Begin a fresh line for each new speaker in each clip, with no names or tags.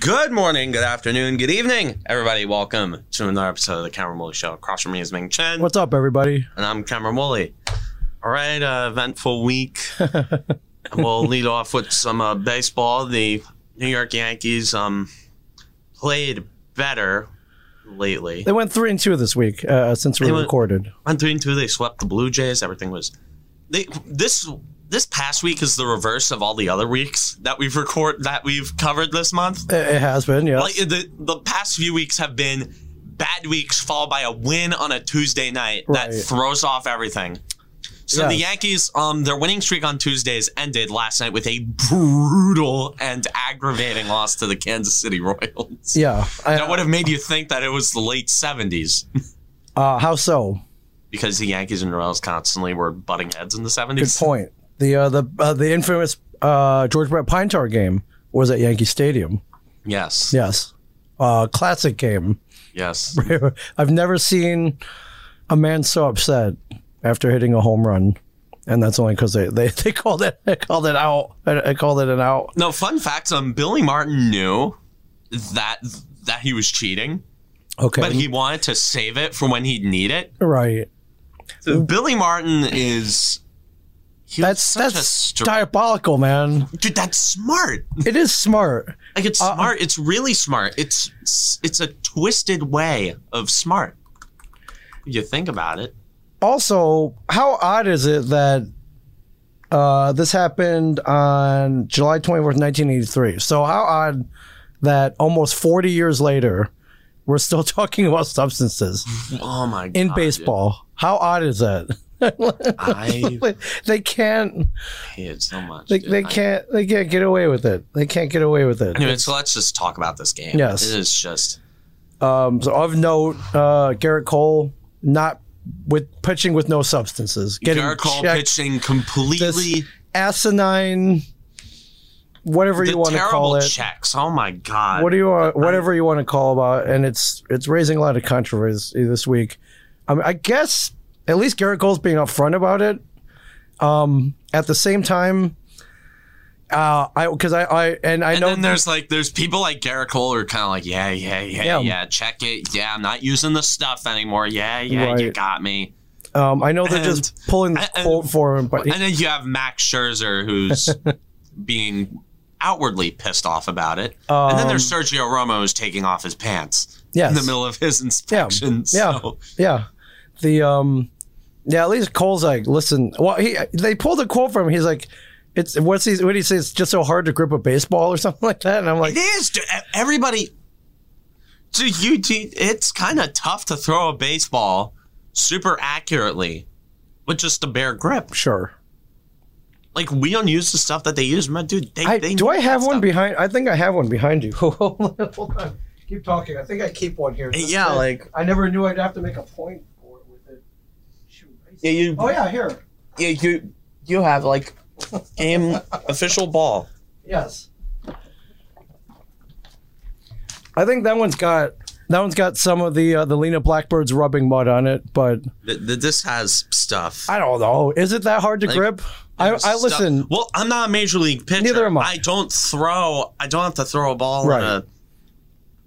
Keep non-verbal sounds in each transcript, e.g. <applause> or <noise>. Good morning, good afternoon, good evening, everybody. Welcome to another episode of the Camera Molly Show. Across from me is Ming Chen,
What's up, everybody?
and I'm Camera Molly. All right, uh, eventful week. we'll lead off with some uh, baseball. The New York Yankees um, played better lately.
They went three and two this week uh, since we
They went-
recorded.
On three and two, they swept the Blue Jays. Everything was they this this past week is the reverse of all the other weeks that we've record that we've covered this month.
It, it has been, yeah.
Like the the past few weeks have been bad weeks followed by a win on a Tuesday night that
Right.
throws off everything. So the
Yes.
Yankees, um, their winning streak on Tuesdays ended last night with a brutal and aggravating loss to the Kansas City Royals.
yeah.
That
I,
would have made you think that it was the late seventies
uh, how so?
because the Yankees and Royals constantly were butting heads in the
Good
seventies.
point. The uh, the uh, the infamous uh, George Brett Pine Tar game was at Yankee Stadium.
Yes,
Yes. Uh, classic game. <laughs>
yes.
I've never seen a man so upset after hitting a home run. And that's only because they, they, <laughs> they called it they called it out. I I called it an out.
No fun fact. Um, Billy Martin knew that that he was cheating.
Okay.
but he wanted to save it for when he'd need it.
right.
So Billy Martin is he was
That's
such a
that's
str-
diabolical, man.
dude. That's smart.
It is smart.
Like it's
uh,
smart. It's really smart. It's it's- it's a twisted way of smart. You think about it.
also, how odd is it that uh, this happened on July 24th, 1983? So, how odd that almost 40 years later, we're still <laughs> talking about substances
Oh my god!
in
dude.
baseball. How odd is that? <laughs>
I
they can't.
hate it so much.
They,
dude.
they
I-
can't. They can't get away with it. They can't get away with it.
Anyway, so let's just talk about this game.
Yes.
it is just
Um, so of note, uh, Garrett Cole not with pitching with no substances. Getting
Garrett Cole
checked.
pitching completely
asinine, whatever
the
you want to
terrible
call it.
checks. Oh my god!
What do you want, whatever you want to call about, and it's it's raising a lot of controversy this week. I mean, I guess at least Garrett Cole's being upfront about it. Um, at the same time, uh, I because I, I and I
And
know
then there's like there's people like Garrett Cole who are kind of like yeah yeah yeah yeah
Yeah.
check it yeah I'm not using the stuff anymore yeah yeah you
Right.
got me
um, I know they're just pulling the
and- and-
quote for him, but
and then you have Max Scherzer
<laughs>
who's being outwardly pissed off about it and then there's Sergio Romo who's taking off his pants
Um, yes,
in the middle of his inspection
Yeah.
so
Yeah. The um yeah, at least Cole's like, listen, well he they pulled a quote from him. He's like, it's what's he what did he say? It's just so hard to grip a baseball or <laughs> something like that. And I'm like,
it is dude. e, everybody so you it's kind of tough to throw a baseball super accurately with just a bare grip
sure.
Like we don't use the stuff that they use, man. Dude, they,
I,
they
do I
need
have
that
one
stuff.
behind I think I have one behind you. Hold on. Keep talking. I think I keep one here. This
Yeah,
is-
like-
I never knew I'd have to make a point for it with it. Shoot. I-
Yeah, you.
Oh yeah, here.
Yeah, you. You have like
<laughs>
game official ball.
Yes. I think that one's got that one's got some of the uh, the Lena Blackbird's rubbing mud on it, but
this has stuff.
I don't know. Is it that hard to grip? I,
There's
I
stuff-
listen.
Well, I'm not a major league pitcher.
Neither am I.
I don't throw. I don't have to throw a ball
Right.
on a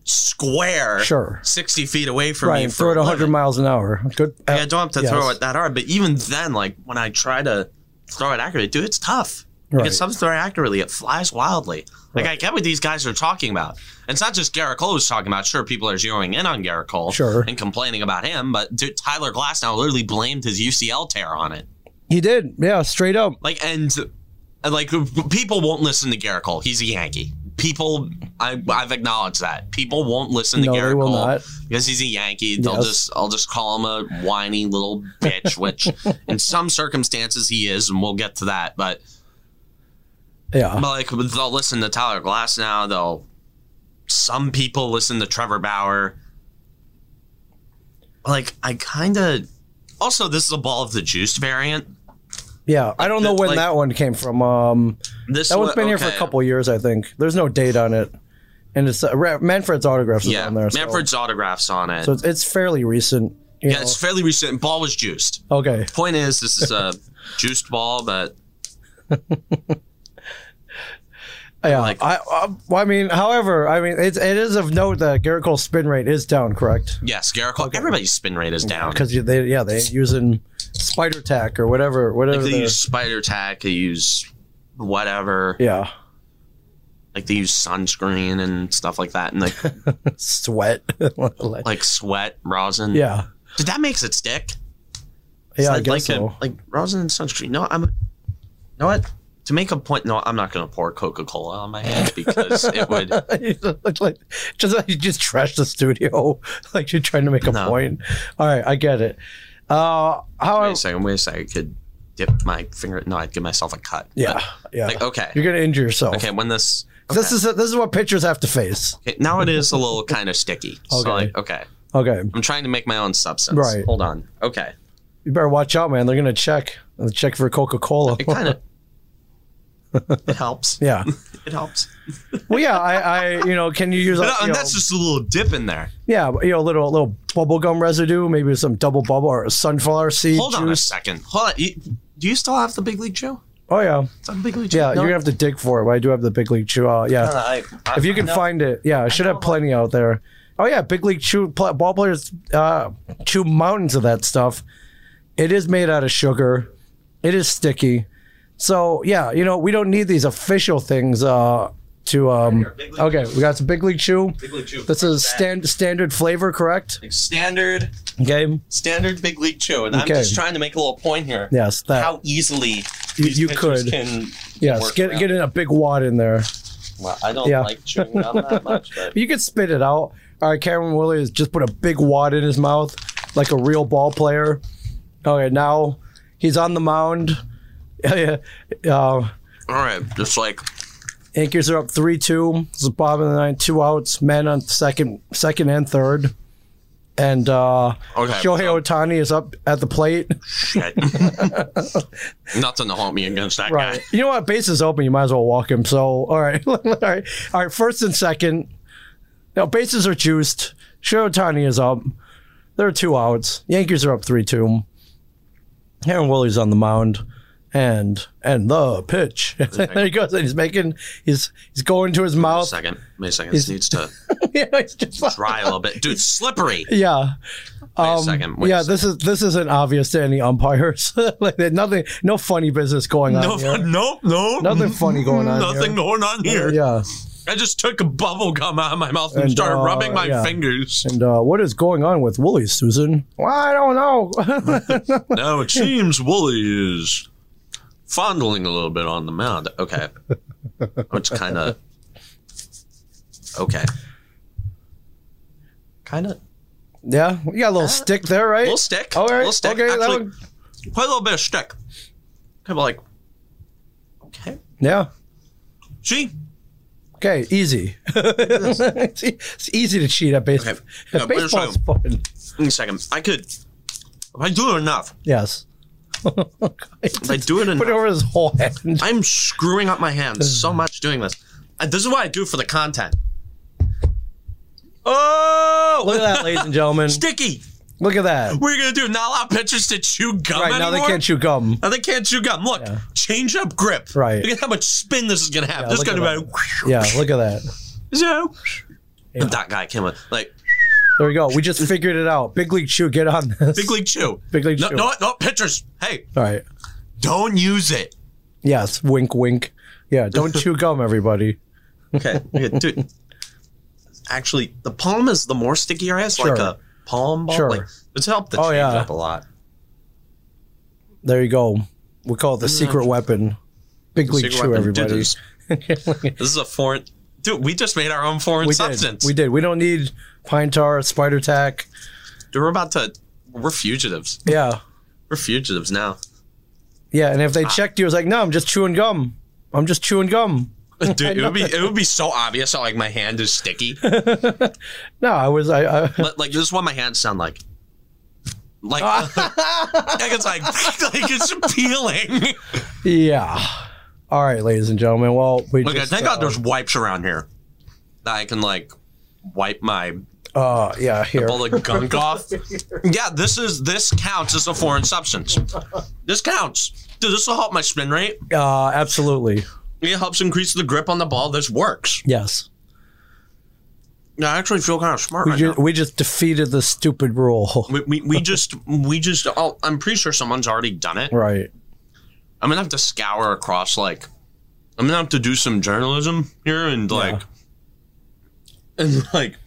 square.
Sure.
Sixty feet away from me.
Right,
for
throw it
a
100
living.
miles an hour. Good. Uh,
Like, I don't have to throw
Yes.
it that hard. But even then, like when I try to throw it accurately, dude, it's tough. Like
Right.
it's tough to throw it accurately. It flies wildly. Like I get what these guys are talking about. And it's not just Garrett Cole who's talking about. Sure, people are zeroing in on Garrett Cole
Sure.
and complaining about him, but dude, Tyler Glass now literally blamed his UCL tear on it.
He did. Yeah, straight up.
Like and and, like people won't listen to Garrett Cole. He's a Yankee. People, I, I've acknowledged that. People won't listen to
No, they
Garrett
will
Cole
not.
because he's a Yankee. They'll
Yes.
just, I'll just call him a whiny little bitch,
<laughs>
which in some circumstances he is, and we'll get to that. But,
Yeah.
but like they'll listen to Tyler Glass now. They'll some people listen to Trevor Bauer. Like I kind of. Also, this is a ball of the juice variant.
Yeah. I don't know
the-
when
like-
that one came from. Um,
This
that
one
one's been here for a couple years, I think. There's no date on it, and it's uh, Ra- Manfred's autographs is
Yeah,
on there. so-
Manfred's autographs on it.
So, it's, it's fairly recent. you
yeah,
know.
it's fairly recent. Ball was juiced.
okay.
Point is,
<laughs>
this is a juiced ball, but
Yeah,
like-
I, I, well, I mean, however, I mean, it's it is of note that Garrett Cole's spin rate is down, correct?
Yes, Garrett Cole. Everybody's spin rate is down.
Because they, yeah, they using spider tack or whatever,
Like
whatever.
they
the-
use spider tack, they use whatever.
yeah,
Like they use sunscreen and stuff like that, and
<laughs>
like
sweat. <laughs> Like-
like sweat rosin.
yeah,
Dude, that makes it stick.
yeah, I
like,
guess
like,
so.
a, like rosin and sunscreen. No, I'm. You know what? To make a point, no, I'm not going to pour Coca Cola on my head because it
<laughs>
would.
You just look like just like you just trashed the studio, <laughs> like you're trying to make a
No.
point. All right, I get it. Uh,
Wait
how?
a second. Wait a second. I could dip my finger. No, I'd give myself a cut.
Yeah, yeah.
But,
<laughs>
like okay,
you're gonna injure yourself.
okay. When this
This is this is what pitchers have to face.
okay, now it is a little kind of sticky. So
Okay.
like okay,
Okay,
I'm trying to make my own substance.
Right.
Hold on. Okay.
you better watch out, man. They're gonna check. They'll check for Coca Cola. <laughs>
It kind of. it helps.
yeah.
It helps.
Well, yeah. I, I, you know, can you
<laughs>
use? a-
But, uh,
you
and
know,
that's just a little dip in there.
yeah, you know, little little bubble gum residue, maybe some double bubble or sunflower seed
Hold on a
juice.
second. Hold on. You, do you still have the big league chew?
Oh yeah,
Is that big league chew?
yeah. You're gonna have to dig for it, but I do have the big league chew. Uh, yeah. if you can find it, yeah, I should have plenty out there. Oh yeah, big league chew pl- ball players uh, chew mountains of that stuff. It is made out of sugar. It is sticky. So yeah, you know we don't need these official things uh, to. Um,
Big League
okay, we got some big league chew.
Big league chew.
This is stand, standard flavor, correct?
Like standard,
Game.
standard big league chew, and I'm
Okay.
just trying to make a little point here.
Yes, that.
How easily
You-
these
you
pitchers
could.
Can
yes,
work
get
around.
get in a big wad in there.
Well, I don't
Yeah.
like chewing gum that much, but
You could spit it out. All right, Cameron Williams just put a big wad in his mouth like a real ball player. Okay, now he's on the mound. <laughs> uh,
all right, just like
Anchors are up three two. This is bottom of the ninth, two outs, men on second, second and third, and uh,
Okay,
Shohei Otani is up at the plate. <laughs>
shit. Nothing to haunt me against that
Right. You know what? Base is open. You might as well walk him. So, all right. <laughs> all right. All right. First and second. Now, bases are juiced. Shirotani is up. There are two outs. Yankees are up 3 2. Aaron Willie's on the mound. And and the pitch. <laughs> there he goes. And he's making he's he's going to his
Wait a
mouth.
second. Wait a second. This needs to
<laughs> yeah, it's just like-
dry a little bit. Dude, slippery.
yeah.
Wait a
Um,
second. Wait
yeah,
a second.
this is this isn't obvious to any umpires. <laughs> like there's nothing no funny business going on.
No,
here.
no, no.
Nothing funny going
<laughs>
on
Nothing
here.
going on here.
Yeah.
I just took a bubble gum out of my mouth and,
And,
started
uh,
rubbing my
yeah.
fingers.
And uh, what is going on with Wooly, Susan? Well, I don't know.
<laughs> now it seems Wooly is fondling a little bit on the mound.
<laughs>
Okay. Which kind of. Okay. Kind of.
yeah, we got a little stick there, right?
Little stick.
All right.
Little stick.
Okay, that
Actually,
one-
Quite a little bit of stick. Kind of like. Okay.
yeah.
See?
Okay, easy. <laughs> it's, e- it's easy to cheat at baseball.
Okay. Yeah,
At
but it's
baseball's fun.
Wait a second. I could. If I do it enough,
Yes. <laughs>
if I do it
Put it <laughs>
enough,
over his whole
<laughs>
hand.
I'm screwing up my hands so much doing this. And this is what I do for the content. Oh!
Look at that, ladies and gentlemen.
Sticky!
Look at that.
What are you going to do? Not allow pitchers to chew gum
Right, now
anymore?
they can't chew gum.
Now they can't chew gum. Look, change up grip.
Right.
Look at how much spin this is going to have. this is
look
going to
at
be like, <laughs>
Yeah, look at that.
so. That guy came up. Like,
There we go. We just figured it out. Big league chew, get on this.
big league chew.
Big league
no,
chew.
No, no, pitchers. Hey,
All right.
don't use it.
Yes. Wink, wink. Yeah. Don't
<laughs>
chew gum, everybody.
Okay, okay, dude. Actually, the palm is the more sticky your ass, like
Sure.
a palm ball.
Sure.
Like, it's helped to
Oh,
change
yeah.
up a lot.
There you go. We call it the secret weapon. Big league
Mm. Secret
chew,
weapon. Dude,
everybody.
this,
<laughs>
this is a foreign. Dude, we just made our own foreign
We
substance.
did. We did. We don't need pine tar, spider tack.
dude, we're about to. We're fugitives.
Yeah.
We're fugitives
<laughs>
now.
Yeah. And if
Ah.
they checked you, it was like, no, I'm just chewing gum. I'm just chewing gum.
Dude, it would be it would be so obvious how like my hand is
<laughs>
sticky.
No, I was, I, I
But, like this is what my hands sound like.
<laughs>
Like, <laughs> like it's like <laughs> like it's peeling.
yeah. All right, ladies and gentlemen. Well, we
Look,
just,
thank God
uh,
there's wipes around here that I can like wipe my
uh, yeah, here.
all the gunk off. Yeah, this is this counts as a foreign substance. This counts. Dude, this will help my spin rate.
Uh, absolutely.
It helps increase the grip on the ball. This works.
Yes.
Yeah, I actually feel kind of smart
We,
right
ju-
now.
we just defeated the stupid
<laughs>
rule.
We, we, we just we just oh, I'm pretty sure someone's already done it.
right.
I'm gonna have to scour across like I'm gonna have to do some journalism here and like and like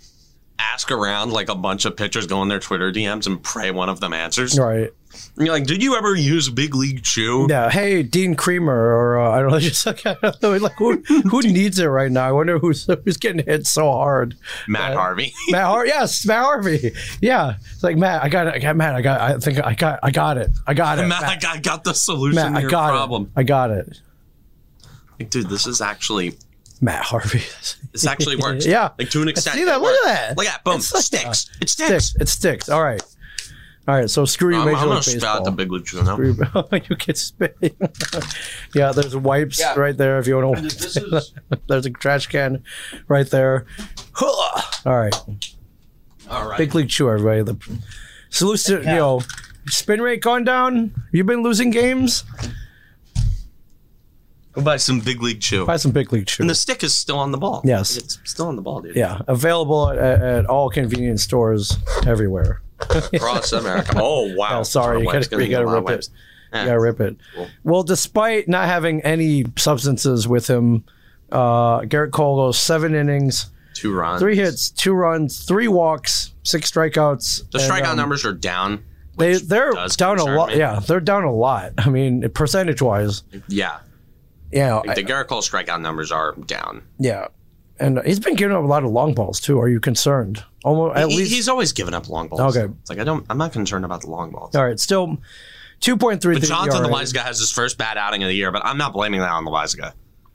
ask around like a bunch of pitchers go on their Twitter DMs and pray one of them answers.
Right.
And you're like, did you ever use Big League Chew?
Yeah. Hey, Dean Creamer, or uh, I don't know, <laughs> just like, I don't know, like who,
<laughs>
who needs it right now? I wonder who's who's getting hit so hard.
Matt
<laughs>
Harvey.
Matt Har- yes, Matt Harvey. Yeah, it's like Matt. I got it. I got Matt. I got. I think I got. I got it.
<laughs>
I got it.
Matt, I got, I got the solution
Matt,
to
I
your
got it.
problem.
I got it.
Like, dude, this is actually
Matt Harvey.
this actually works.
<laughs> Yeah.
Like to an extent.
See that?
it
Look
works.
at that.
Look at that. Boom.
It's like- uh,
sticks. it sticks.
sticks. It sticks. All right. All right. So screw you,
I'm,
Major
I'm gonna
League
spit out
Baseball.
the Big League Chew now.
<laughs> you get spit. <laughs> yeah, there's wipes
Yeah.
right there if you want to. <laughs>
This is
There's a trash can right there. <sighs> Huh. All right.
all right.
uh, Big League Chew, everybody. The, so, lose- you know, spin rate gone down. You've been losing games.
Go buy some Big League Chew.
Buy some Big League Chew.
And the stick is still on the ball.
Yes.
It's still on the ball, dude.
Yeah, available at, at all convenience stores everywhere. <laughs>
Across America. Oh, wow.
Oh, sorry,
Ton of
you
webs.
gotta,
Gonna
you
need a
gotta
lot of
rip it.
webs. Yeah.
You gotta rip it.
Cool.
Well, despite not having any substances with him, uh, Garrett Cole goes seven innings,
Two runs.
three hits, two runs, three walks, six strikeouts.
The
and,
strikeout
um,
numbers are down.
They,
which
they're
does
down a
concern
lot.
me.
Yeah, they're down a lot. I mean, percentage wise,
Yeah.
yeah,
Like the Garrett Cole strikeout numbers are down.
yeah. And he's been giving up a lot of long balls too. Are you concerned? Almost at
He-
least
he's always given up long balls.
Okay.
It's like I don't. I'm not concerned about the long balls.
all right. Still, two point three.
But Jonathan Loizaga has his first bad outing of the year, but I'm not blaming that on Loizaga.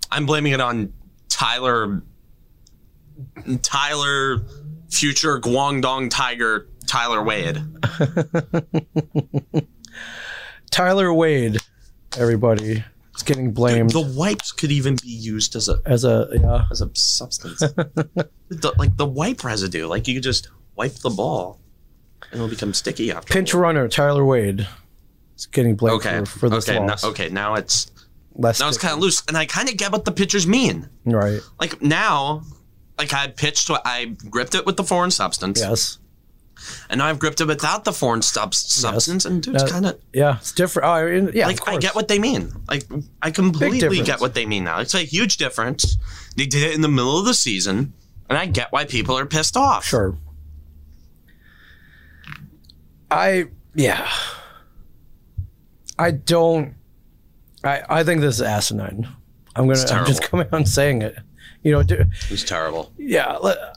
I'm blaming it on Tyler, Tyler, future Guangdong Tiger, Tyler Wade.
Tyler Wade, everybody, is getting blamed
The wipes could even be used as a
as a yeah.
as a
<laughs>
substance, the, like the wipe residue. Like you could just wipe the ball, and it'll become sticky after. a
pinch
while.
runner. Tyler Wade is getting blamed
Okay.
for, for this
okay.
loss.
Now, okay. Now it's
Less
now it's kind of loose, and I kind of get what the pitchers mean.
right.
Like now, like I pitched, I gripped it with the foreign substance.
Yes.
and now I've gripped it without the foreign sub- substance, and dude, it's
Uh,
kind of
Yeah, it's different. Oh, I mean, yeah, of
like I
course.
get what they mean. Like I completely
difference.
get what they mean now. It's a huge difference. They did it in the middle of the season, and I get why people are pissed off.
Sure. I yeah. I don't. I I think this is asinine. I'm gonna. I'm
terrible.
just coming out and saying it. You know, do,
it's terrible.
Yeah, le-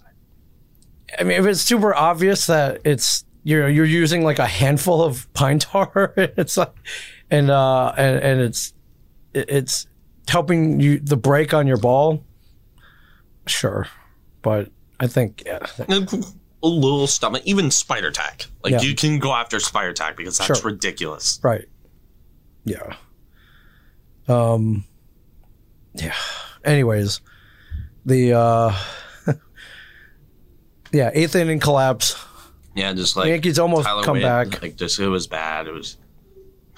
I mean, if it's super obvious that it's you're you're using like a handful of pine tar, <laughs> it's like, and uh, and and it's it- it's helping you the break on your ball. Sure, but I think yeah,
A little stomach, even spider tack. Like
Yeah.
you can go after spider tack because that's
Sure.
ridiculous.
right. Yeah. Um. Yeah. Anyways, the uh. <laughs> yeah, eighth inning collapse.
Yeah, just like
Yankees almost
Tyler
come
Wade,
back.
Like this, it was bad. It was.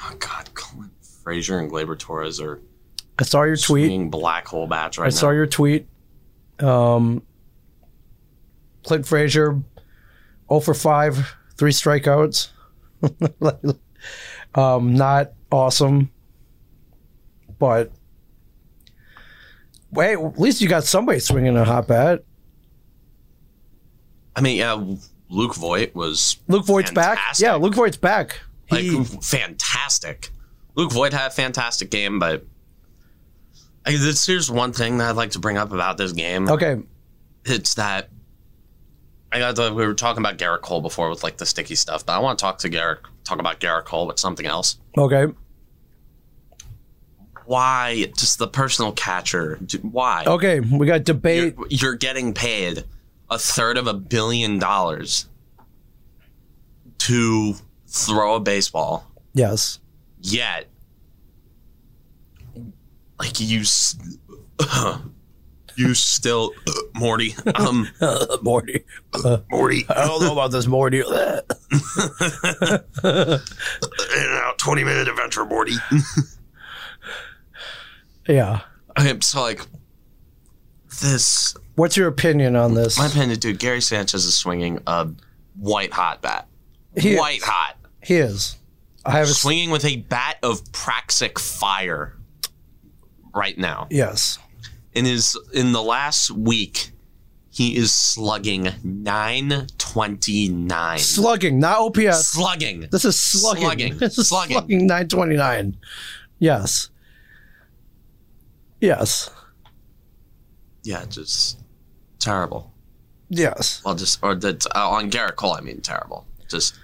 Oh God, Colin Frazier and Glaber Torres are
I saw your tweet.
being black hole bats right
I
now.
saw your tweet. Um, Clint Frazier, 0 for 5, three strikeouts. <laughs> um, not awesome, but wait, at least you got somebody swinging a hot bat.
I mean, yeah, Luke Voigt was
Luke Voigt's back.
Fantastic.
Yeah, Luke Voigt's back.
like
He,
fantastic. Luke Voigt had a fantastic game, but I, this here's one thing that I'd like to bring up about this game.
okay,
It's that I got the, we were talking about Garrett Cole before with like the sticky stuff, but I want to talk to Garrett talk about Garrett Cole with something else.
okay,
Why just the personal catcher? d- Why
okay. We got
you're,
debate.
you're getting paid a third of a billion dollars to throw a baseball?
Yes.
yet like you s- you still morty um
Morty.
morty uh,
I don't know about this Morty.
uh, in and out 20 minute adventure morty
yeah.
It's like this.
What's your opinion on this?
My opinion, dude. Gary Sanchez is swinging a white hot bat.
He is.
White hot.
He is. I have a s-
swinging with a bat of praxic fire right now.
yes.
In his in the last week, he is slugging 929.
Slugging, not OPS.
slugging.
This is slugging.
Slugging.
This is
Slugging.
slugging. 929. Yes. Yes.
<laughs> Yeah, just terrible.
Yes.
Well, just or that uh, on Garrett Cole, I mean, terrible. Just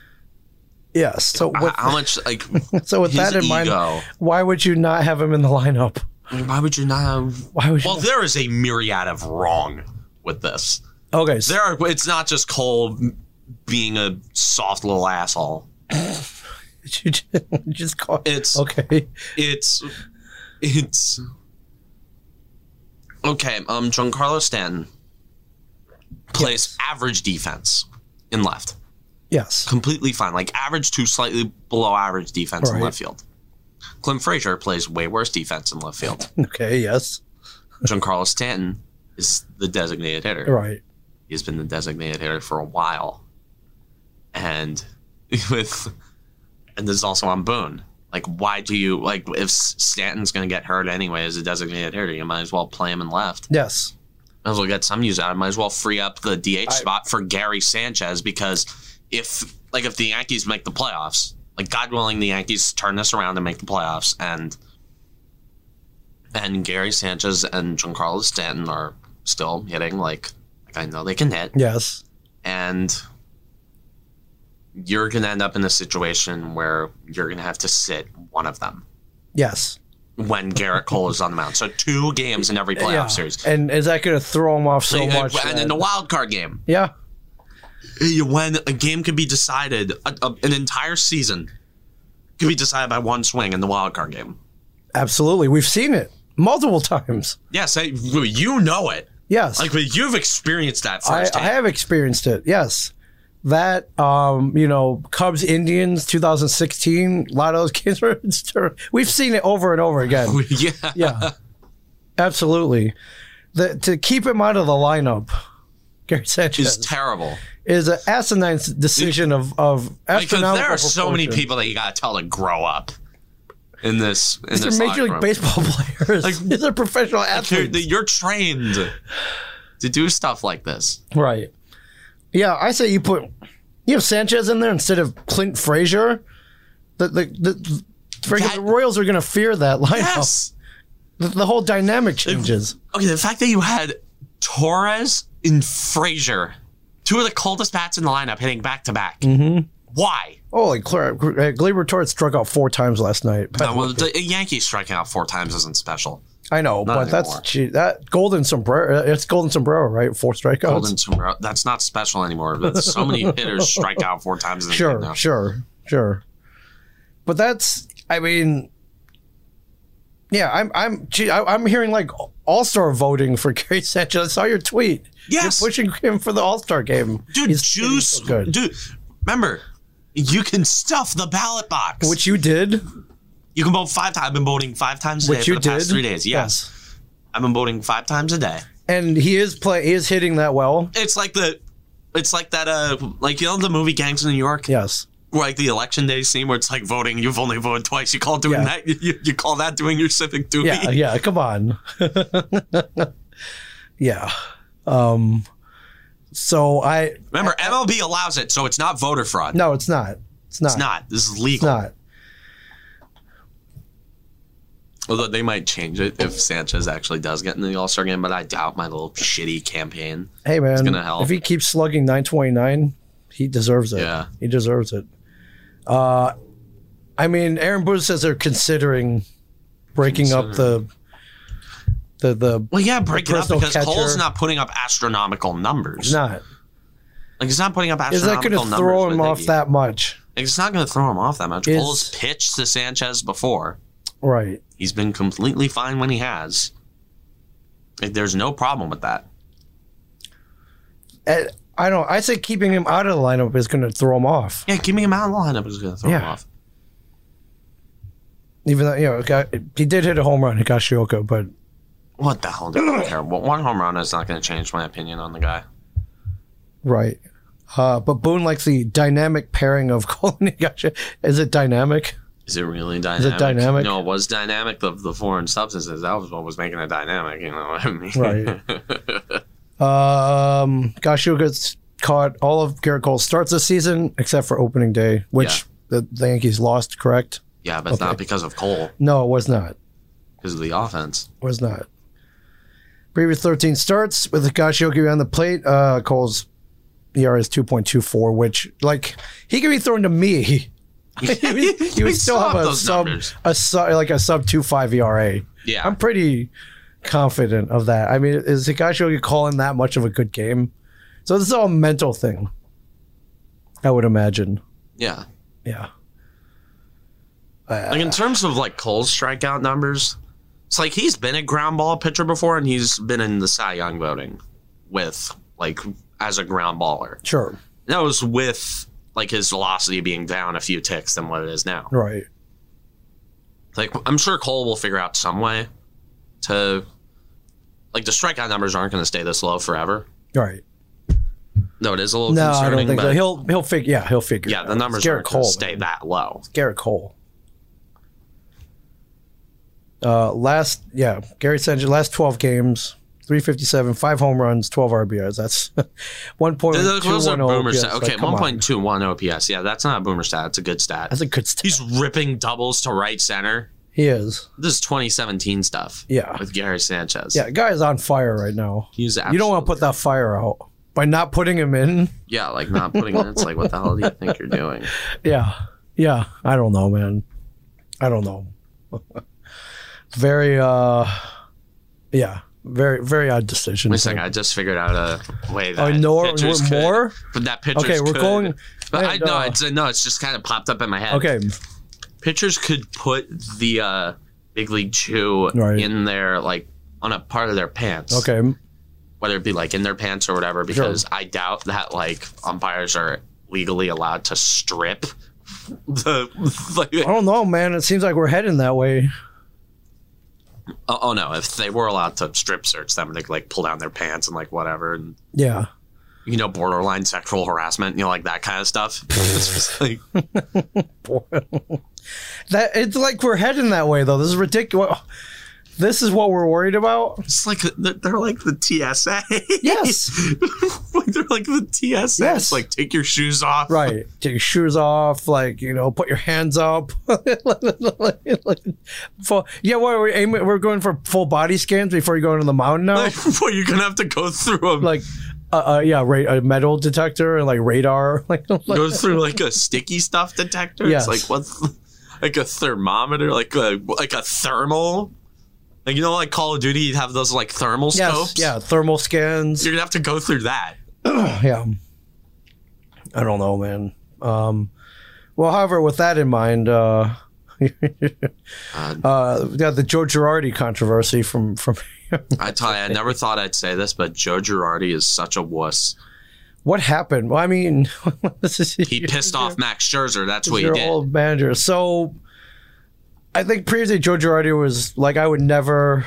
Yes. So
h-
with,
how much like
so with
his
that in mind,
ego.
why would you not have him in the lineup?
I mean, why would you not?
Why would
<laughs>
you?
Well, there is a myriad of wrong with this.
okay. So,
There are. It's not just Cole being a soft little asshole.
<laughs> you just call.
It's
Okay.
it's it's okay. Um, Giancarlo Stanton plays average defense in left,
Yes.
completely fine, like average to slightly below average defense in
Right.
left field. Clint Frazier plays way worse defense in left
<laughs>
field.
Okay. Yes.
Giancarlo Stanton is the designated hitter.
Right.
He's been the designated hitter for a while, and <laughs> with and this is also on Boone. Like, why do you like if Stanton's going to get hurt anyway as a designated hitter? You might as well play him in left.
Yes.
Might as well get some use out. of it. Might as well free up the DH
I-
spot for Gary Sanchez because if like if the Yankees make the playoffs, like God willing, the Yankees turn this around and make the playoffs, and and Gary Sanchez and Giancarlo Stanton are still hitting like like I know they can hit
Yes.
and you're going to end up in a situation where you're going to have to sit one of them
Yes.
when Garrett Cole is on the mound. So two games in every playoff
yeah.
series.
And is that going to throw him off so
and,
much?
uh, and
that-
in the wild card game,
yeah.
when a game could be decided, a, a, an entire season could be decided by one swing in the wild card game.
Absolutely. We've seen it multiple times.
Yes, I, you know it.
Yes.
Like you've experienced that
I,
firsthand.
I have experienced it. Yes. That um, you know, Cubs Indians 2016, a lot of those <laughs> games were it's ter- we've seen it over and
<laughs>
over again.
<laughs> yeah.
Yeah. Absolutely. The, to keep him out of the lineup, Gary
It's
Sanchez
terrible.
is an asinine s- decision of of
Because
astronomical
there are so many
proportion.
people that you gotta tell to grow up in this in
These
this
are major
locker
league
room.
baseball <laughs> players.
Like-
These are professional
You're,
athletes.
you're trained to do stuff like
<laughs>
this.
Right. Yeah, I say you put you have Sanchez in there instead of Clint Frazier. The the the, the, friggin'
That-
the Royals are going to fear that lineup.
Yes.
The, the whole dynamic changes.
Okay, the fact that you had Torres and Frazier, two of the coldest bats in the lineup, hitting back to back.
Mm-hmm.
Why?
Holy crap! Uh, Gleyber Torres struck out four times last night.
Uh, well, the Yankees striking out four times isn't special.
I know, but that's
anymore.
gee, that golden sombrero. uh, It's golden sombrero, right? Four strikeouts.
Golden Sombrero, that's not special anymore. But so
<laughs>
many hitters strike out four times in a
sure,
game now.
sure, sure. But that's, I mean, yeah, I'm, I'm, gee, I- I'm hearing like All Star voting for <laughs> Gary Sanchez. I saw your tweet.
Yes.
You're pushing him for the All Star game,
Dude,
He's hitting
juice.
so good.
Dude, remember, you can stuff the ballot box.
which you did.
you can vote five times. I've been voting five times a day
Which
for
you
the
did.
past three days. yes. I've been voting five times a day.
and he is play. He is hitting that well.
It's like the, it's like that uh, like you know the movie Gangs of New York,
Yes.
where like the election day scene where it's like voting. You've only voted twice. You call doing
Yeah.
that. <laughs> You, you call that doing your civic duty. <laughs>
Yeah. Yeah. Come on. <laughs> yeah. Um. So I
Remember, MLB allows it, so it's not voter fraud.
no, it's not. It's not.
It's not. This is
It's
legal.
not.
Although they might change it if Sanchez actually does get in the All Star game, but I doubt my little shitty campaign.
Hey man,
gonna help.
if he keeps slugging 929, he deserves it.
Yeah.
He deserves it. Uh I mean, Aaron Boone says they're considering breaking up the the the
Well, yeah, break it up
personal
because Cole's
catcher-
not putting up astronomical numbers.
not.
Like he's not putting up
Is that
astronomical
going to
numbers.
throw him
with
off
Iggy.
that much?
Like, It's not going to throw him off that much.
Is-
Cole's pitched to Sanchez before.
Right.
He's been completely fine when he has. Like, there's no problem with that.
Eh, I don't I say keeping him out of the lineup is going to throw him off.
Yeah, give me him out of the lineup is going to throw him
Yeah.
off.
Even though, you know, it got, he did hit a home run at Kashioka, but
What the hell? Do I care? Well, one home run is not going to change my opinion on the guy.
Right. Uh, but Boone likes the dynamic pairing of <laughs> Colin Gotcha. Is it dynamic?
Is it really dynamic?
it dynamic?
No, it was dynamic. The, the foreign substances. That was what was making it dynamic. You know what I mean?
Um, Gotcha gets caught. All of Garrett Cole starts this season except for opening day, which the, the Yankees lost, correct?
<laughs> yeah, but it's not because of Cole,
No, it was not.
because of the
<laughs>
offense. <laughs>
was not. Previous 13 starts with Higashioki on the plate. Uh, Cole's ERA is 2.24, which, like, he could be thrown to me. <laughs>
<laughs>
he
We
would still
saw
have a
those
sub,
numbers.
a sub, like a sub 2.5 ERA.
Yeah,
I'm pretty confident of that. I mean, is Higashioki calling that much of a good game? So this is all a mental thing, I would imagine.
yeah.
Yeah.
Like in terms of like Cole's strikeout numbers, it's like he's been a ground ball pitcher before, and he's been in the Cy Young voting with like as a ground baller.
Sure.
That was with like his velocity being down a few ticks than what it is now.
Right.
Like I'm sure Cole will figure out some way to like the strikeout numbers aren't going to stay this low forever.
Right.
No, it is a little
No, I
concerning,
don't think
but
so. He'll he'll figure. Yeah, he'll figure. it
yeah,
out.
the
It's
numbers
Garrett
aren't going to
Cole.
stay that low.
Garrett Cole. Uh, last yeah, Gary Sanchez. Last twelve games, three fifty seven, five home runs, twelve RBIs. That's <laughs> one point two
Those are
one
boomer
OPS.
stat.
Like,
Okay,
come
one
on.
point two one OPS. Yeah, that's not a boomer stat. It's a good stat.
That's a good stat.
He's ripping doubles to right center.
He is.
This is 2017 stuff.
Yeah.
with Gary Sanchez.
Yeah, guy is on fire right now.
he's
You don't want to
absolutely-
put that fire out by not putting him in.
Yeah, like not putting it. It's like, what the hell do you think you're doing?
Yeah. Yeah. I don't know, man. I don't know. <laughs> very uh yeah. Very very odd decision.
Wait a second, I just figured out a way that
Oh, no,
pitchers
we're
could-
more?
But that pitchers
Okay, we're
could-
going-
But I
and,
no,
uh,
it's no, it's just kind of popped up in my head.
Okay.
pitchers could put the uh, big league chew
Right.
in their like on a part of their pants.
Okay.
whether it be like in their pants or whatever, because I doubt that like umpires are legally allowed to strip <laughs> the like,
I don't know, man. It seems like we're heading that way.
oh, oh, no if they were allowed to strip search them they could like pull down their pants and like whatever and
Yeah.
you know borderline sexual harassment you know like that kind of stuff <laughs> It's just like
That it's like we're heading that way though. This is ridiculous. This is what we're worried about.
it's like they're, they're like the TSA
Yes.
<laughs> like they're like the TSA
Yes.
it's like take your shoes off
Right. Take your shoes off, like, you know, put your hands up. <laughs> Full- yeah, what are we aiming? We're going for full body scans before you go into the mountain now?
<laughs> like well you're gonna have to go through a
<laughs> Like, uh, uh, yeah, ra- a metal detector and like radar. <laughs> Like, like-
goes through like a sticky stuff detector.
Yes.
It's like what's like a thermometer, like a like a thermal. Like you know, like Call of Duty, you'd have those like thermal
yes.
scopes.
Yeah. Thermal scans.
you're gonna have to go through that.
<clears throat> yeah i don't know man um well however with that in mind uh <laughs> uh yeah the joe girardi controversy from from <laughs>
I tell you, I never thought I'd say this, but Joe Girardi is such a wuss.
what happened well i mean <laughs> this is
He pissed off Max Scherzer. That's what he
your
did.
old manager so i think previously joe girardi was like i would never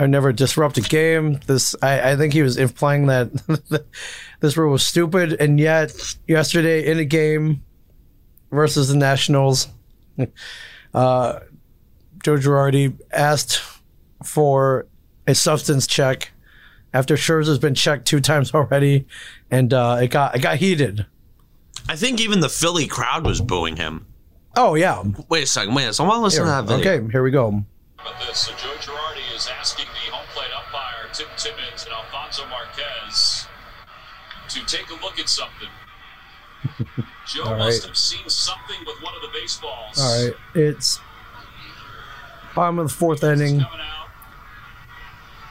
I never disrupt a game. This, I, I think he was implying that <laughs> this rule was stupid, and yet yesterday in a game versus the Nationals, <laughs> uh, Joe Girardi asked for a substance check after Scherzer's been checked two times already, and uh, it got it got heated.
I think even the Philly crowd was booing him.
Oh yeah,
Wait a second. Wait a second. I want to listen to that video.
okay, here we go.
But this, so Joe Girardi is asking the home plate umpire Tim Timmons and Alfonso Marquez to take a look at something.
<laughs>
Joe
All
must
right.
have seen something with one of the baseballs.
All right, it's bottom of the fourth inning.
Coming out.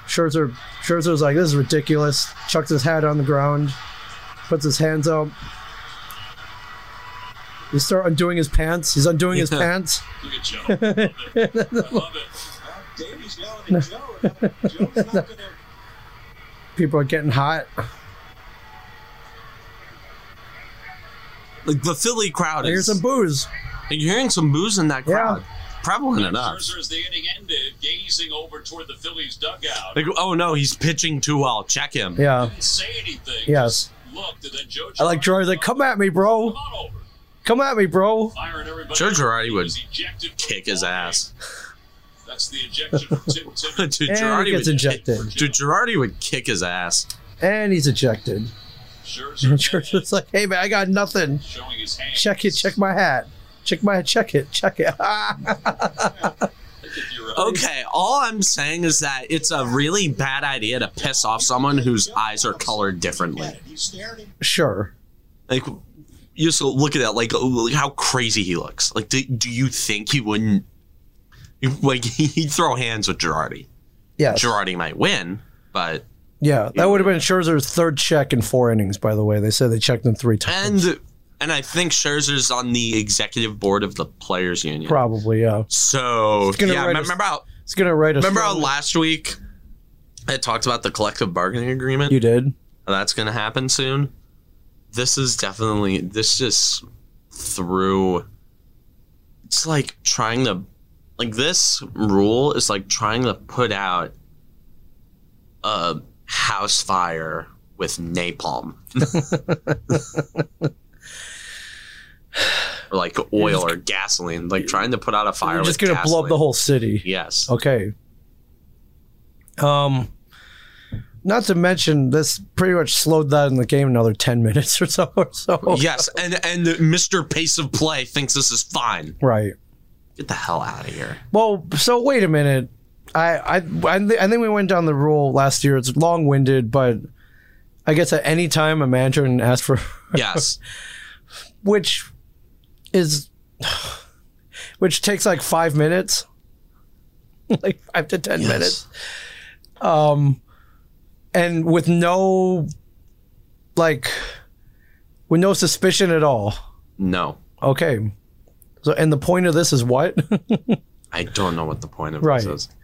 Scherzer, Scherzer's like, this is ridiculous. Chucks his hat on the ground, puts his hands up. He start undoing his pants. He's undoing his
Yeah.
pants.
Look at Joe. I love
<laughs>
it. I love it.
Davey's yelling at Joe. Joe's not going to.
People are getting hot.
Like the Philly crowd is.
Here's some booze.
you're hearing some boos in that
Yeah.
crowd. prevalent enough.
<laughs> Scherzer, as the inning ended, gazing over toward the Phillies dugout.
Like, oh no, he's pitching too well. Check him.
Yeah.
Didn't say anything.
Yes.
just Looked, and then Joe
I like Troy's like, come at me, bro.
Come on over.
Come at me, bro.
Firing everybody.
Joe Girardi
He
would
was ejected from
Kick
the
his
ballgame.
ass.
That's the ejection from
<laughs>
Tim
Dude,
Timmons.
And he
Girardi
gets
would,
ejected.
dude, Girardi would kick his ass.
And he's ejected. <laughs>
Scherzer
And Scherzer's like, hey man, I got nothing.
showing his hands.
Check it, check my hat. Check my check it, check it. <laughs>
Look at your-
Okay, all I'm saying is that it's a really bad idea to piss off someone whose eyes are colored differently.
You stared him.
sure.
Like, you just look at that, like, oh, like how crazy he looks. Like, do, do you think he wouldn't? Like, <laughs> he'd throw hands with Girardi.
Yes.
Girardi might win, but
Yeah. That would have been Scherzer's third check in four innings, by the way. They said they checked him three times.
and and I think Scherzer's on the executive board of the players union.
Probably, yeah.
So
gonna
yeah,
write a-
remember how
It's gonna write us.
remember how last week I talked about the collective bargaining agreement?
you did?
that's going to happen soon. This is definitely this just through. It's like trying to, like this rule is like trying to put out a house fire with
<laughs>
napalm, or like oil or gasoline. Like trying to put out a fire.
You're just
with
gonna blow up
gasoline.
the whole city.
Yes.
Okay. Um, not to mention this pretty much slowed that in the game another ten <laughs> minutes or so. Or so.
Yes, and and Mr. Pace of Play thinks this is fine.
Right.
Get the hell out of <laughs> here.
Well, so wait a minute. I I I, th- I think we went down the rule last year. It's long winded, but I guess at any time a manager can ask for
Yes.
which is <sighs> which takes like five minutes, <laughs> like five to ten
Yes.
minutes. um, and with no like with no suspicion at all.
No,
Okay. So and the point of this is what? <laughs>
I don't know what the point of
Right.
this is.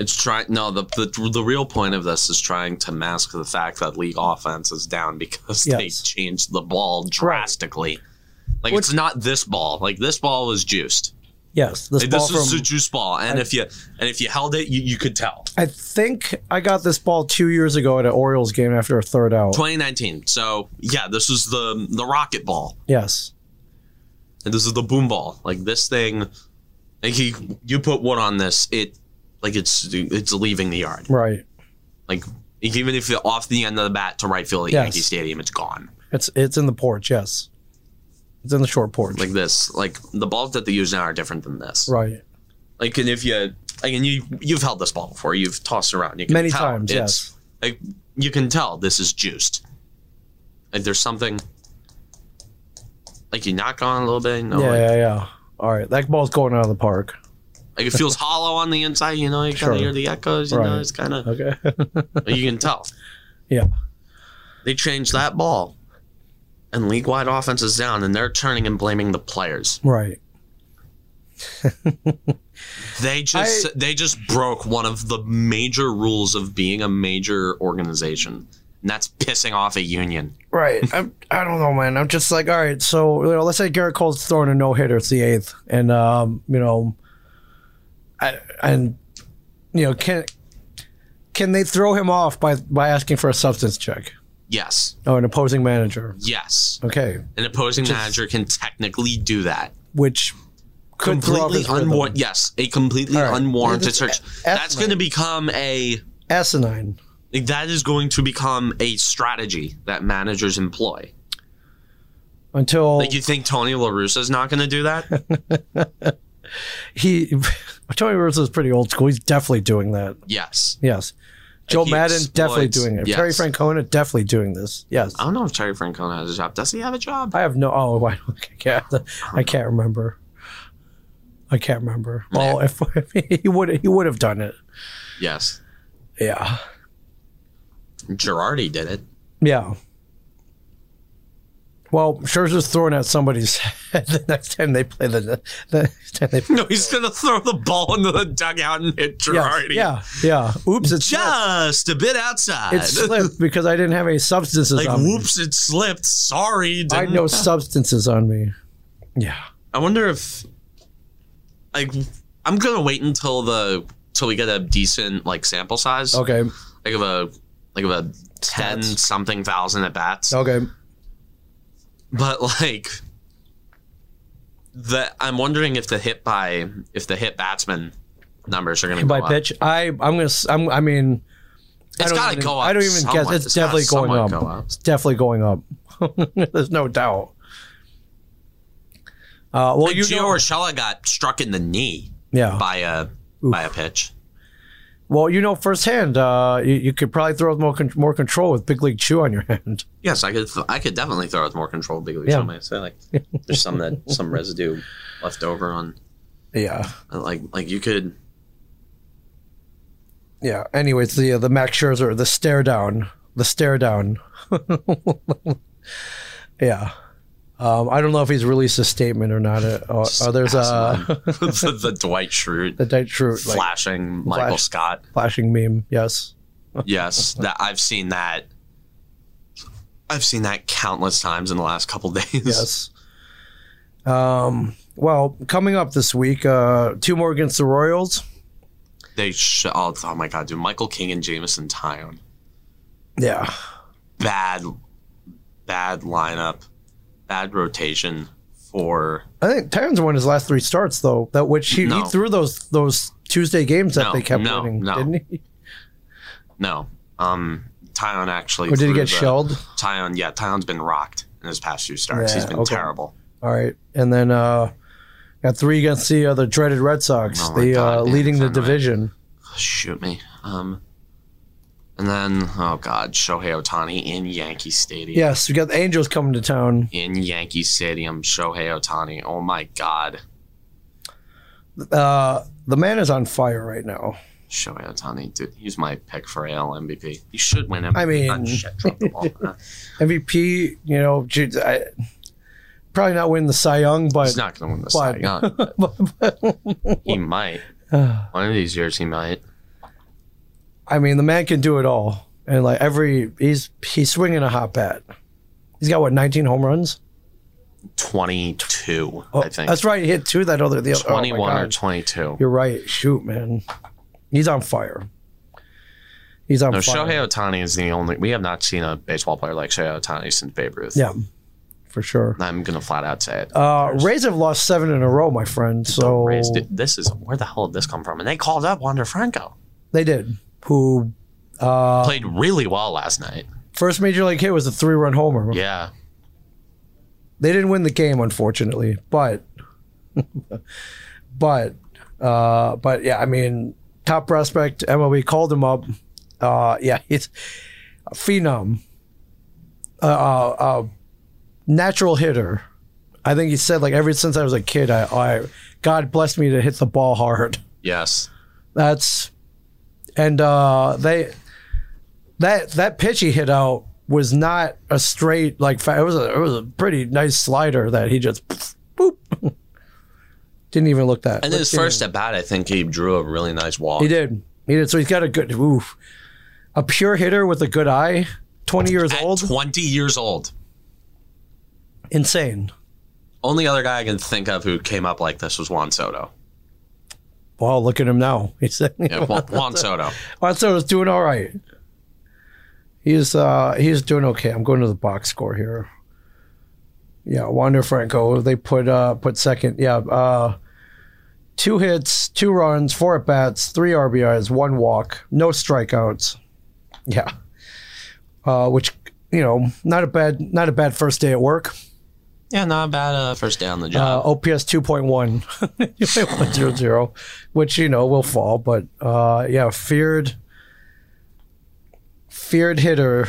It's trying. No, the, the the real point of this is trying to mask the fact that league offense is down because they
Yes.
changed the ball drastically. Like
Which-
it's not this ball. Like this ball was juiced.
yes, this
Like,
ball
this is
from
a juice ball, and if you and if you held it, you, you could tell.
I think I got this ball 2 years ago at an Orioles game after a third out.
2019. So yeah, this is the the rocket ball.
yes.
and this is the boom ball. Like this thing, like he, you put wood on this, it, like it's it's leaving the yard.
Right.
Like even if you're off the end of the bat to right field at
Yes.
Yankee Stadium, it's gone.
It's it's in the porch, yes. It's in the short porch.
Like this, like the balls that they use now are different than this.
right.
Like and if you, like and you you've held this ball before, you've tossed it around. You can
Many
tell
times,
it's- Like you can tell this is juiced. Like there's something. Like you knock on a little bit, you know,
yeah,
like,
yeah, yeah. All right, that ball's going out of the park.
like it feels hollow on the inside, you know, you kind
Sure.
of hear the echoes, you know,
Right.
it's kind of
Okay. <laughs>
you can tell.
yeah.
They changed that ball, and league wide offense is down, and they're turning and blaming the players.
Right.
They just they just broke one of the major rules of being a major organization, and that's pissing off a union.
Right. I'm, I don't know, man. I'm just like, all right. So you know, let's say Garrett Cole's throwing a no hitter. It's the eighth, and um, you know, I, and you know, can can they throw him off by by asking for a substance check
Yes,
or an opposing manager?
yes,
Okay,
an opposing manager can technically do that.
which could throw off
completely
his rhythm.
unwarranted. Yes, a completely
All right.
unwarranted
It's
search.
a-
That's going to
asinine.
become a.
asinine.
That is going to become a strategy that managers employ.
Until
Like you think Tony La Russa's not going to do that?
he, <laughs> Tony Russo is pretty old school. He's definitely doing that.
yes.
Yes. Joe
he
Madden definitely
exploits-
doing it.
yes.
Terry Francona definitely doing this. Yes.
I don't know if Terry Francona has a job. Does he have a job?
I have no. Oh, <laughs> I, don't- I can't. I can't remember. I can't remember. Well, if, <laughs> if he would, he would have done it.
Yes.
Yeah.
Girardi did it.
Yeah. Well, Scherzer's throwing at somebody's <laughs> head the next time they play the, the next time
<laughs>
they.
No, he's gonna throw the ball into the dugout and hit
Yeah,
Girardi.
yeah, yeah. Oops, it's slipped.
Just a bit outside.
it slipped because I didn't have any substances
<laughs> like
on me.
whoops, it slipped. Sorry,
I
<laughs> didn't.
had no substances on me. Yeah.
I wonder if like I'm gonna wait until the till we get a decent like sample size.
Okay.
Like of a like of a ten
Bats.
something thousand at bats.
Okay.
But like the I'm wondering if the hit by if the hit batsman numbers are gonna
By
go up.
pitch, I I'm gonna s- I'm, I mean
It's
I don't
gotta
even,
go up.
I don't even
somewhat.
guess. It's,
gotta
definitely going
somewhat
up.
go up.
It's definitely going up. <laughs> There's no doubt. Uh, well,
Like
you
Gio
know,
Urshela got struck in the knee
yeah.
by a by a pitch.
Well, you know firsthand. Uh, you, you could probably throw more con- more control with Big League Chew on your <laughs> hand.
Yes, I could. I could definitely throw with more control. Big league
Yeah.
somebody. So like, there's some
<laughs>
that some residue left over on.
Yeah,
Like like you could.
yeah. Anyways, the the Max Scherzer, the stare down, the stare down. <laughs> yeah, um, I don't know if he's released a statement or not. Uh, uh, uh, there's <laughs> a
<laughs> the, the Dwight Schrute
the Dyke Trout, like,
flashing Michael
flash.
Scott.
flashing meme. Yes.
Yes, that I've seen that. I've seen that countless times in the last couple <laughs> days.
Yes. Um, well, coming up this week, uh, two more against the Royals.
They sh- oh, oh my god, dude! Michael King and Jamison Tyone,
Yeah.
bad, bad lineup, bad rotation for
I think Tyrons won his last three starts though. That which he,
No.
he threw those those Tuesday games that
No,
they kept
no,
winning,
no.
didn't he?
no. Um, Tyone actually.
Or did he
threw
get
the-
shelled?
Tyon, yeah, Tyon's been rocked in his past few starts.
Yeah,
He's been
okay.
terrible.
All right, and then uh, got three against the uh, the dreaded Red Sox,
Oh my
the
God,
uh,
man,
leading the
Fenway.
division.
Shoot me. Um, and then oh god, Shohei Otani in Yankee Stadium.
Yes, we got the Angels coming to town.
In Yankee Stadium, Shohei Otani. Oh my god,
Uh, the man is on fire right now.
Shohei Otani, dude, he's my pick for AL MVP. He should win him.
I mean-
oh, shit, drop the ball.
<laughs>
Uh,
MVP, you know, geez, I, probably not win the Cy Young, but
he's not going to win this.
But-
Cy Young, but
<laughs>
he
<sighs>
might. One of these years, he might.
I mean, the man can do it all, and like every he's he's swinging a hot bat. He's got what 19 home runs.
Twenty-two, I think.
Oh, That's right. He hit two that other the other- oh my
21 or
God.
22.
You're right. Shoot, man. He's on fire. He's on
No,
fire.
Shohei Otani is the only. We have not seen a baseball player like Shohei Otani since Babe Ruth.
Yeah, for sure.
I'm gonna flat out say it.
Uh, Rays have lost seven in a row, my friend. So
Rays did- this is where the hell did this come from? And they called up Wander Franco.
they did. Who uh,
Played really well last night.
first major league hit was a three run homer.
Yeah,
They didn't win the game, unfortunately, but <laughs> but uh, but yeah, I mean, top prospect MLB called him up. Uh, yeah, <laughs> it's a phenom, uh, uh, uh, natural hitter. I think he said like ever since I was a kid, I, I God blessed me to hit the ball hard.
yes.
That's and uh they that that pitch he hit out was not a straight like fa- it was a it was a pretty nice slider that he just <laughs> poof, boop didn't even look that.
And his
didn't
first at bat, I think he drew a really nice walk.
even- he did he did so he's got a good oof a pure hitter with a good eye. Twenty years
At
old,
20 years old.
insane.
Only other guy I can think of who came up like this was Juan Soto.
Wow, look at him now. <laughs> He's
Yeah, Juan, Juan Soto.
Arthur's doing all right. He's uh he's doing okay. I'm going to the box score here. Yeah, Wander Franco. They put uh put second. Yeah, uh two hits, two runs, four at bats, three RBIs, one walk, no strikeouts. Yeah. Uh which you know, not a bad not a bad first day at work.
Yeah, not bad uh, first day on the job.
Uh, OPS <laughs> 2.1, 0.00, which, you know, will fall. But uh, yeah, feared, feared hitter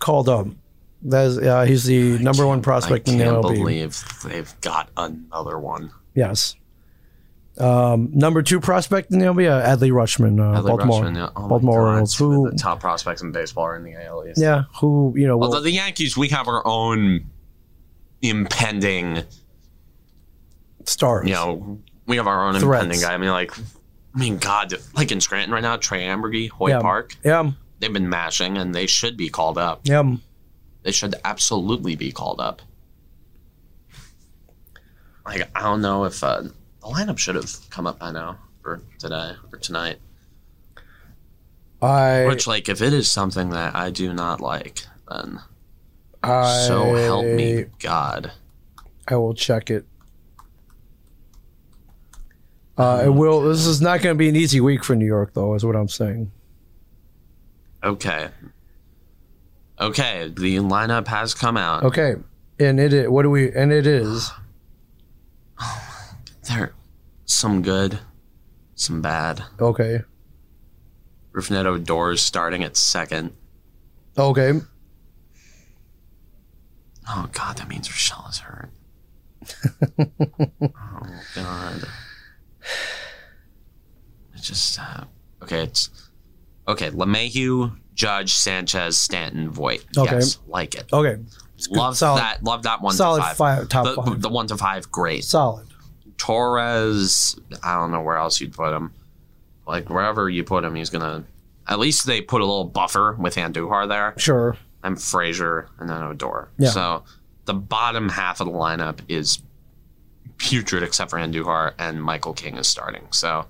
called up. That is, uh, he's the number one
I
prospect in the
can't
MLB.
believe they've got another one.
Yes. Um, number two prospect in the MLB, uh, Adley Rushman, uh,
Adley
Baltimore,
Rutschman, yeah. Oh my
Baltimore
God,
Orioles, who,
the top prospects in baseball are in the AL East.
yeah, who you know, will-
Although the Yankees, we have our own impending,
stars.
you know, we have our own
Threats.
impending guy. I mean, like, I mean, God, like in Scranton right now, Trey Ambergy, Hoy
Yeah.
Park,
yeah,
they've been mashing and they should be called up.
yeah.
They should absolutely be called up. Like, I don't know if uh, the The lineup should have come up by now for today or tonight.
I,
Which, like, if it is something that I do not like, then
I
so help me God.
I will check it. Uh, it will. This is not going to be an easy week for New York, though, is what I'm saying.
Okay. Okay, the lineup has come out.
Okay, and it. i- What do we? And it is.
There, some good, some bad.
Okay.
Rufneto Doors starting at second.
Okay.
Oh God, that means Rochelle is
<laughs>
hurt. oh God. It just uh, okay. It's okay. Lemayhew, Judge, Sanchez, Stanton, Voigt.
Okay.
Yes, like it.
Okay.
Love
Solid-
that. Love that one.
Solid
to five.
five- top
the,
five.
The one to five, great.
Solid.
Torres, I don't know where else you'd put him. Like wherever you put him, he's gonna. At least they put a little buffer with Andujar there.
Sure.
I'm Frazier and then Odor.
Yeah.
So the bottom half of the lineup is putrid except for Andujar and Michael King is starting. So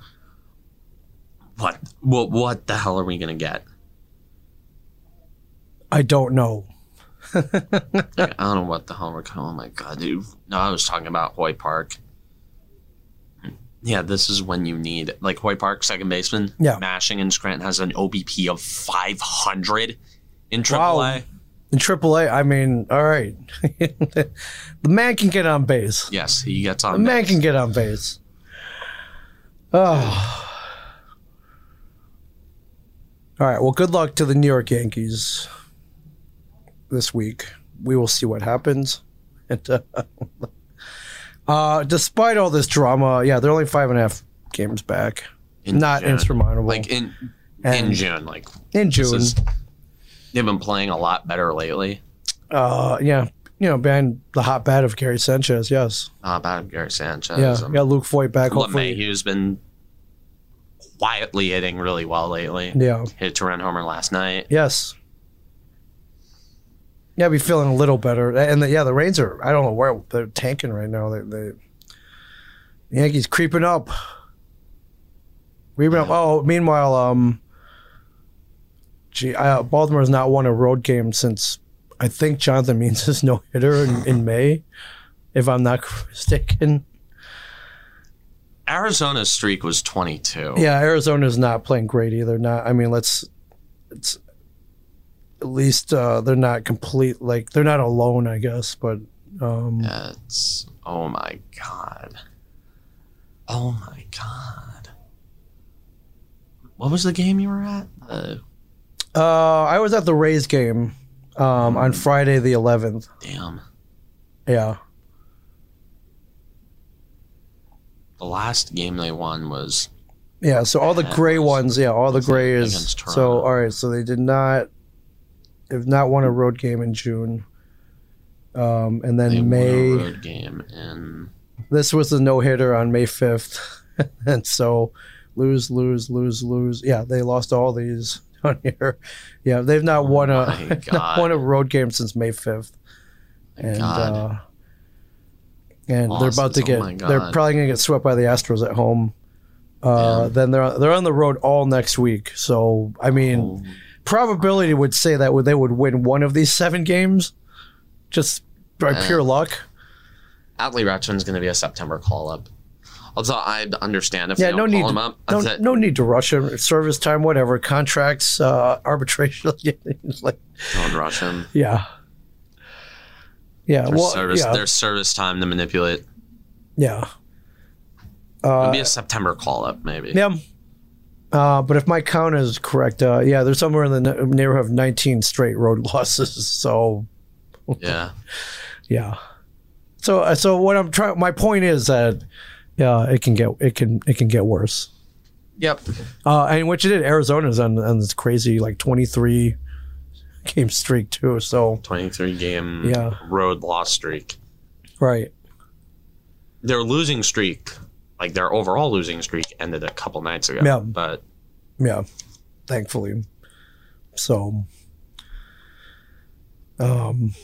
what what what the hell are we gonna get?
I don't know.
Like, I don't know what the hell we're going. Oh my god, dude! No, I was talking about Hoy Park. Yeah, this is when you need like Hoy Park, second baseman.
Yeah.
mashing and Scranton has an OBP of 500 in AAA.
In AAA, I mean, all right. <laughs> the man can get on base.
Yes, he gets
The
on.
man
base.
can get on base. Oh. All right. Well, good luck to the New York Yankees this week. We will see what happens. <laughs> And, uh, uh, despite all this drama, yeah, they're only five and a half games back.
In
Not
June.
insurmountable.
Like in in
And-
June, like
In
this
June.
is- they've been playing a lot better lately.
uh, yeah, you know, behind the hot bat of Gary Sanchez. Yes.
Uh, about Gary Sanchez.
Yeah.
um,
Got Luke Voigt back. Hopefully.
LeMahieu's been quietly hitting really well lately.
Yeah.
Hit a two run homer last night.
Yes. Yeah, be feeling a little better. And the, yeah, the Rains are, I don't know where they're tanking right now. They, they the Yankees creeping up. Creeping up. Oh, meanwhile, um, gee, uh, Baltimore's not won a road game since I think Jonathan Means is no hitter in, in May, if I'm not <laughs> mistaken.
Arizona's streak was 22.
Yeah, Arizona's not playing great either. Not, I mean, let's, it's at least uh, they're not complete. Like they're not alone, I guess. But um,
That's, oh my God. Oh my God. What was the game you were at? Uh,
uh, I was at the Rays game um,
Mm.
on Friday the 11th.
damn.
Yeah,
The last game they won was
yeah. So all the
Yeah,
gray
it was-
ones, yeah, all the
was like
gray is.
against
So
Toronto.
all right, so they did not, they've not won a road game in June. Um, and
they
then May.
won a road game in
this was the no hitter on May 5th. <laughs> and so lose, lose, lose, lose. Yeah, they lost all these <laughs> on here. Yeah, they've not won
Oh my
a <laughs> not
God.
won a road game since May 5th. And
God.
uh and they're about to
Losses, oh
get
my
they're
God.
probably going to get swept by the Astros at home. Uh,
Yeah.
Then they're they're on the road all next week, so I mean,
Oh,
probability would say that would- they would win one of these seven games, just by
Yeah.
pure luck.
Atlee Ratchin's going to be a September call up. Although I understand if
Yeah,
they don't
no need
call
to-
him up.
no,
that-
no need to rush him. Service time, whatever. Contracts, uh, <laughs> arbitration. like,
Don't rush him.
yeah, yeah.
Their
well,
service,
yeah,
their service time to manipulate.
yeah.
It'll
Uh,
be a September call up, maybe.
yeah. Uh, but if my count is correct, uh, yeah, they're somewhere in the n- neighborhood of 19 straight road <laughs> losses. So
Yeah.
yeah. So uh, so what I'm trying, my point is that yeah, it can get it can it can get worse.
Yep.
Uh, and which it did. Arizona's on on this crazy like 23 game streak too. So
23 game
Yeah.
road loss streak.
right.
Their losing streak, like their overall losing streak, ended a couple nights ago.
Yeah.
But
Yeah, thankfully. So, um,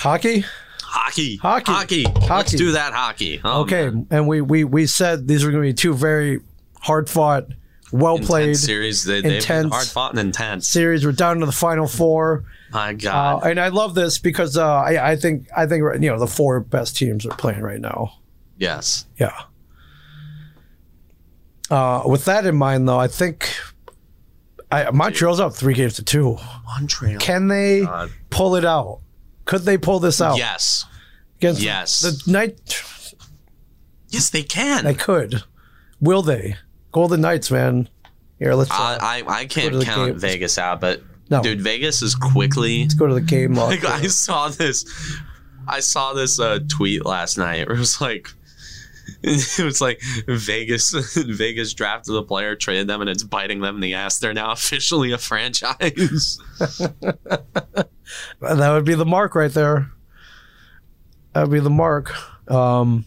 hockey.
Hockey.
Hockey.
Hockey. Let's
Hockey.
do that hockey. Oh,
Okay,
man.
and we we we said these were going to be two very hard fought, well
Intense
played
series. They, they've been
intense.
hard fought and intense.
series. We're down to the final four,
My
uh,
God.
and I love this because uh, I I think I think you know the four best teams are playing right now.
yes.
Yeah. Uh, with that in mind, though, I think I, Montreal's up three games to two.
Montreal.
Can they
God.
pull it out? Could they pull this out?
Yes.
Against
yes.
The night
Yes, they can.
they could. Will they? Golden Knights, man. Here, let's uh,
I, I, I
Go to
can't
the
count
games.
Vegas out, but
No.
dude, Vegas is quickly.
go to the game. log.
<laughs> Like, I saw this, I saw this uh, tweet last night. Where it was like, <laughs> it was like Vegas, <laughs> Vegas drafted the player, traded them, and it's biting them in the ass. They're now <laughs> officially a franchise. <laughs>
that would be the mark right there. That would be the mark. Um,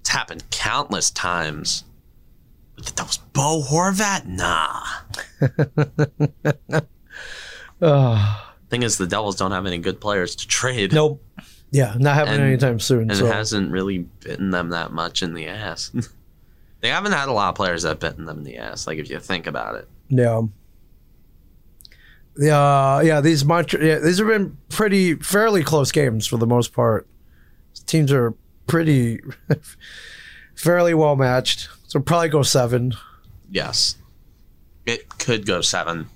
it's happened countless times. Look at those Bo Horvat. <laughs> Nah.
uh,
Thing is, the Devils don't have any good players to trade.
nope. Yeah, not happening
And-
anytime soon.
and
So
it hasn't really bitten them that much in the ass. <laughs> they haven't had a lot of players that have bitten them in the ass. Like if you think about it,
yeah, yeah, uh, yeah. These Montreal, yeah, these have been pretty fairly close games for the most part. Teams are pretty <laughs> fairly well matched. So probably go seven.
yes, it could go seven,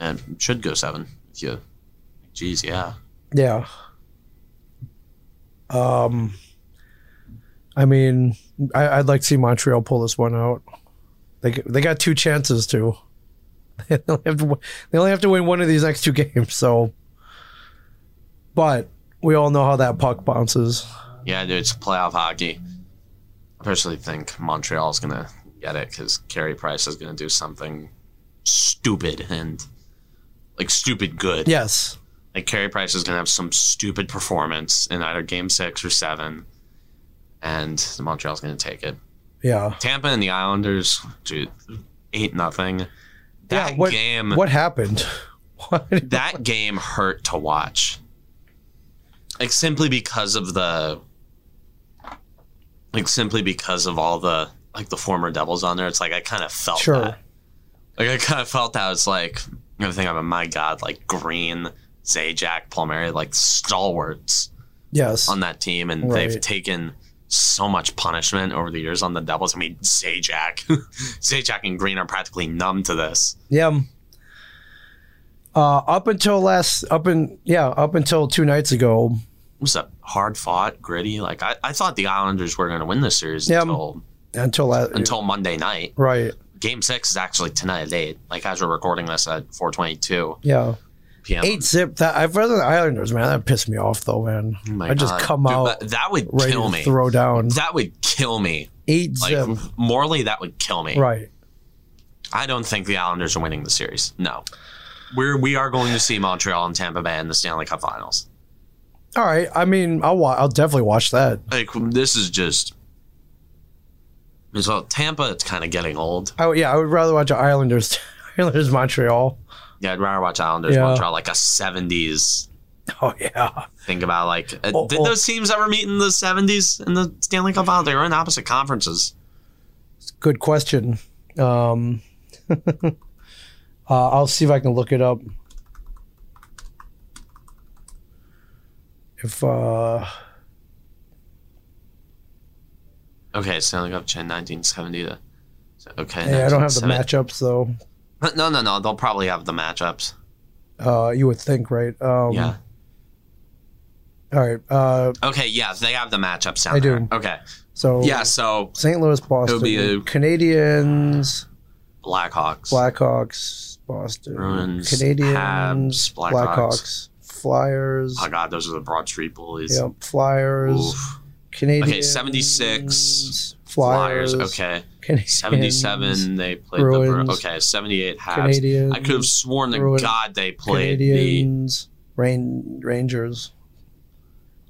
and it should go seven. If you, geez, yeah,
Yeah. Um, I mean, I, I'd like to see Montreal pull this one out. They g- they got two chances to. <laughs> They only have to, win- they only have to win one of these next two <laughs> games. So, but we all know how that puck bounces.
yeah, dude, it's playoff hockey. I personally think Montreal's gonna get it because Carey Price is gonna do something stupid and like stupid good.
Yes.
Like Carey Price is gonna have some stupid performance in either game six or seven, and Montreal's gonna take it.
Yeah.
Tampa and the Islanders, dude, eight nothing. That
yeah. What
game,
what happened? <laughs> What?
that game hurt to watch. Like simply because of the, like simply because of all the like the former Devils on there. It's like I kind of felt
Sure.
that. Like I kind of felt that. It's like I think about my God, like Green, Zajac, Palmieri, like stalwarts
Yes.
on that team, and
Right.
they've taken so much punishment over the years on the Devils. I mean, Zajac, <laughs> Zajac and Green are practically numb to this.
Yeah. Uh, up until last, up in yeah, up until two nights ago,
It was a hard fought, gritty. Like I, I thought the Islanders were going to win the series
Yeah.
until
until last,
until Monday night.
right,
Game six is actually tonight at eight. Like as we're recording this at four twenty two
yeah.
p.m.
Eight zip that I've rather the Islanders, man. That pissed me off though, man.
Oh my
I just
God.
come
Dude,
out
That, that would
ready
kill
to
me.
throw down.
That would kill me.
Eight
Like
zip,
morally, that would kill me.
right?
I don't think the Islanders are winning the series. No. We're we are going to see Montreal and Tampa Bay in the Stanley Cup Finals.
All right. I mean, I'll wa- I'll definitely watch that.
Like this is just so Tampa it's kinda getting old.
I would- yeah, I would rather watch Islanders, <laughs> Islanders Montreal.
Yeah, I'd rather watch Islanders
Yeah.
Montreal like a seventies
Oh yeah,
think about like uh,
Oh,
did
oh.
those teams ever meet in the seventies in the Stanley Cup Finals? They were in opposite conferences.
good question. Um, <laughs> uh, I'll see if I can look it up. If uh,
Okay, Stanley Cup in nineteen seventy to so, okay.
yeah, I don't have
1970.
the matchups though.
No, no, no. They'll probably have the matchups.
Uh, you would think, right? Um,
yeah.
All right. Uh,
Okay. Yeah, they have the matchups. Down
I
there.
do. Oh.
Okay.
so
Yeah. So
St. Louis, Boston,
be a-
Canadians,
Blackhawks.
Blackhawks, Boston,
Bruins,
Canadians,
Habs,
Blackhawks,
Blackhawks.
Flyers,
Oh god, those are the Broad Street Bullies.
yep, Flyers,
Oof.
Canadians.
76,
Flyers,
Flyers. Okay.
Canadians,
Seventy-seven. They played the
Bruins,
Bru- okay. Seventy-eight. Habs.
Canadians,
I could have sworn to
Bruins,
God they played
Canadians, Rain, Rangers.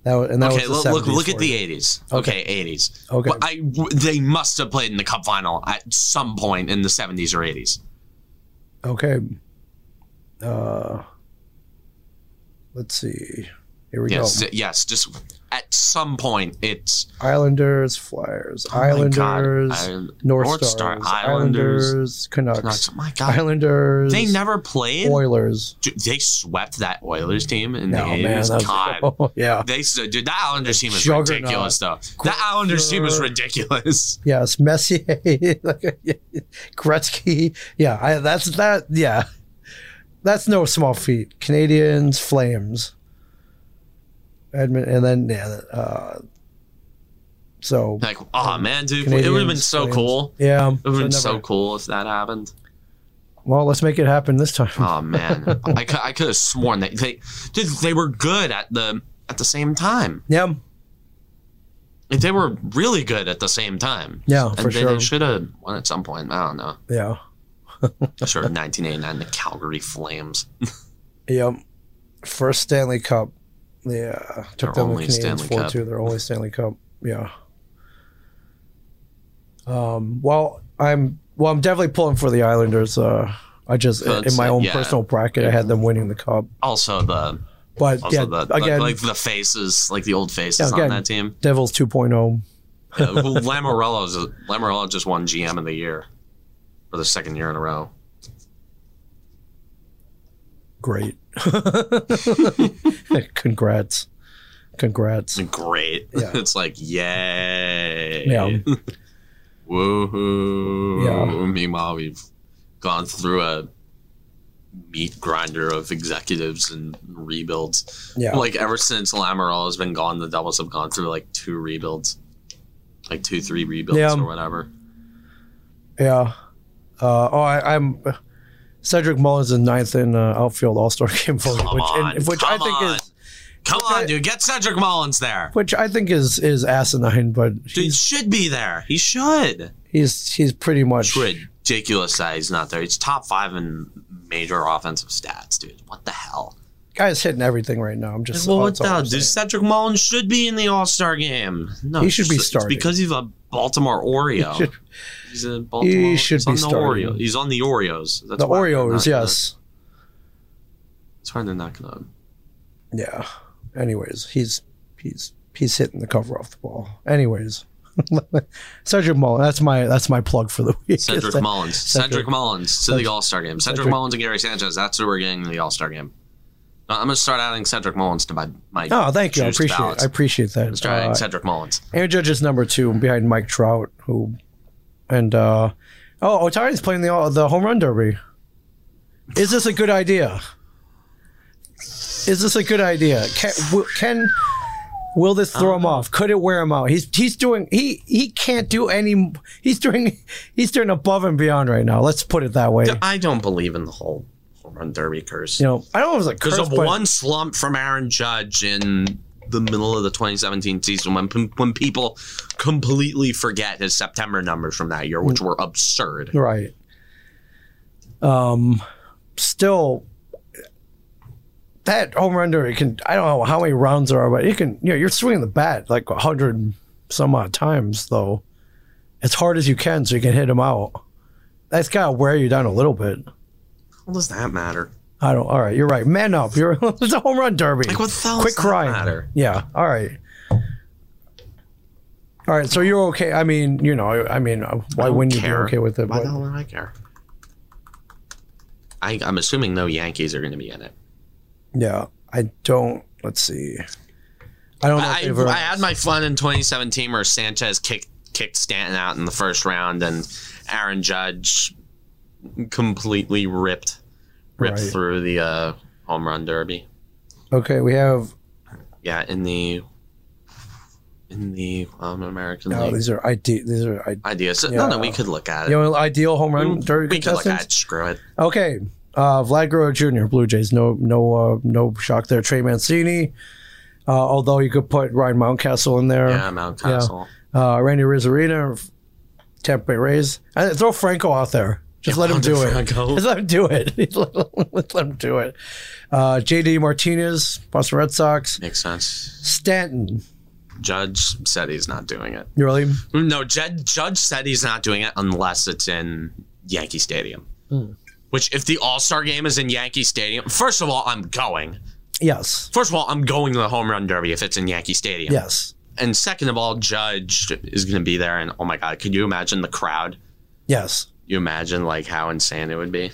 That was, and
the.
that
Okay,
was
look
the
look,
70s
look at
for
the
you.
eighties.
Okay.
Okay, eighties.
Okay.
Well, I w- they must have played in the Cup final at some point in the seventies or eighties.
Okay. Uh, let's see. Here we
Yes,
go.
yes. Just at some point, it's
Islanders, Flyers,
Oh my
Islanders,
God. I-
North,
North
Stars,
Star,
Islanders,
Islanders,
Canucks,
Canucks. My God,
Islanders.
they never played.
Oilers.
Dude, they swept that Oilers team in
No
the
man,
eighties.
that was-
God,
<laughs> yeah.
<laughs> they s- dude, that Islanders team is
Juggernaut.
ridiculous, though. That Islanders team is ridiculous. <laughs>
Yes, Messier, <laughs> like, Gretzky. Yeah, I, that's that. Yeah, that's no small feat. Canadians, Flames, Edmund, and then yeah. Uh, so
Like, oh man, dude, it would have been
Canadians,
so
Flames.
cool.
Yeah,
It would have
so
been so
never-
cool if that happened.
Well, let's make it happen this time.
Oh man, I, cou- I could have sworn that they dude, they were good at the at the same time.
<laughs> yeah,
They were really good at the same time.
Yeah, Oh, for
and they,
sure.
They should have won at some point. I don't know.
yeah,
Sure,
<laughs>
1989, the Calgary Flames,
yeah. First Stanley Cup. Yeah, took
Their
them
only
with Canadians
Stanley
four
Cup.
two. Their only Stanley Cup. Yeah. Um. Well, I'm. Well, I'm definitely pulling for the Islanders. Uh, I just
So
in
it's
my
like-
own
yeah.
personal bracket, I had them winning the cup.
also the
But
also
yeah,
the, the-
again,
like the faces, like the old faces
Yeah, again.
on that team.
Devils oh, 2.0.
Yeah, well, Lamorello's Uh, Lamorello just won GM of the year for the second year in a row. <laughs>
Great. <laughs> Congrats. Congrats.
Great.
Yeah.
It's like yay.
Yeah.
<laughs> Woohoo.
Yeah.
Meanwhile, we've gone through a meat grinder of executives and rebuilds.
Yeah.
Like ever since Lamoral has been gone, the Devils have gone through like two rebuilds, like two, three rebuilds
Yeah.
or whatever.
Yeah. Uh, oh, I, I'm Cedric Mullins in ninth in uh, outfield All Star <laughs> game voting,
Come
which,
on,
and, which I
come
think
on.
is
Come
which I-
on, dude. Get Cedric Mullins there.
which I think is is asinine, but
Dude
he's
should be there. He should.
he's, he's pretty
It's
much
ridiculous that he's not there. He's top five in major offensive stats, dude. What the hell?
guys hitting everything right now. I'm just
Well, what
that's all
the hell?
I'm
Dude,
saying.
Cedric Mullins should be in the All Star game. No,
He should be
it's
starting.
because he's a Baltimore Oreo.
should-
he's a Baltimore.
should
he's on
be
the
starting.
Oreo. He's on the Oreos. That's
the
why they're not
Oreos,
gonna-
yes,
It's hard they're not gonna.
yeah. Anyways, he's he's he's hitting the cover off the ball. Anyways, <laughs> Cedric Mullins. That's my that's my plug for the week. <laughs>
Cedric
Is that-
Mullins.
Cedric-
Cedric, Mullins to
Cedric-
the All Star game. Cedric,
Cedric-
Mullins and Gary Sanchez. That's who we're getting in the All Star game. No, I'm gonna start adding Cedric Mullins to my my.
Oh, thank you. I
juiced
appreciate
ballots.
I appreciate that.
Start adding
Uh,
Cedric Mullins.
Aaron Judge is number two behind Mike Trout, who, and uh, oh, Otani's playing the the home run derby. Is this a good idea? Is this a good idea? Can, w- can will this throw
Uh-huh.
him off? Could it wear him out? He's he's doing he he can't do any. He's doing he's doing above and beyond right now. Let's put it that way.
I don't believe in the whole home run derby curse.
You know, I don't know if it's a curse,
Because of
but
one slump from Aaron Judge in the middle of the 2017 season, when when people completely forget his September numbers from that year, which were absurd.
Right. Um, still, that home run derby can. I don't know how many rounds there are, but you can. You know, you're swinging the bat like a hundred some odd times, though, as hard as you can, so you can hit him out. That's gotta wear you down a little bit.
What does that matter?
I don't. All right, you're right. Man up. You're. <laughs> it's a home run derby.
Like what the hell
Quit
does that
crying.
matter?
Yeah. All right. All right. So you're okay. I mean, you know. I, I mean, uh, why
don't
wouldn't you
care.
be okay with it?
Why
but-
the hell would I care? I, I'm assuming no Yankees are going to be in it.
Yeah, I don't. Let's see. I don't know. if
I,
they've ever-
I had my fun in 2017 where Sanchez kicked kicked Stanton out in the first round, and Aaron Judge completely ripped ripped
Right.
through the uh, home run derby.
okay, we have.
Yeah, in the in the um, American
No,
League
these are ID. These are I,
idea. So
Yeah.
no, no, we could look at it.
you know ideal home run
we
derby
could look at
contestants.
it. Screw it.
Okay, uh, Vlad Guerrero Jr. Blue Jays. No, no, uh, no shock there. Trey Mancini. Uh, although you could put Ryan Mountcastle in there.
Yeah, Mount Castle.
Uh, Randy Rizzarina, Tampa Bay Rays. And throw Franco out there. Just let him do it. Just let him do it. <laughs> Let's let him do it. Uh, J.D. Martinez, Boston Red Sox.
Makes sense.
Stanton.
Judge said he's not doing it.
You really?
No, Jed, Judge said he's not doing it unless it's in Yankee
Hmm.
Stadium. Which, if the All Star game is in Yankee Stadium, first of all, I'm going.
Yes.
First of all, I'm going to the home run derby if it's in Yankee Stadium.
Yes.
And second of all, Judge is going to be there. And oh my God, could you imagine the crowd?
Yes.
You imagine like how insane it would be.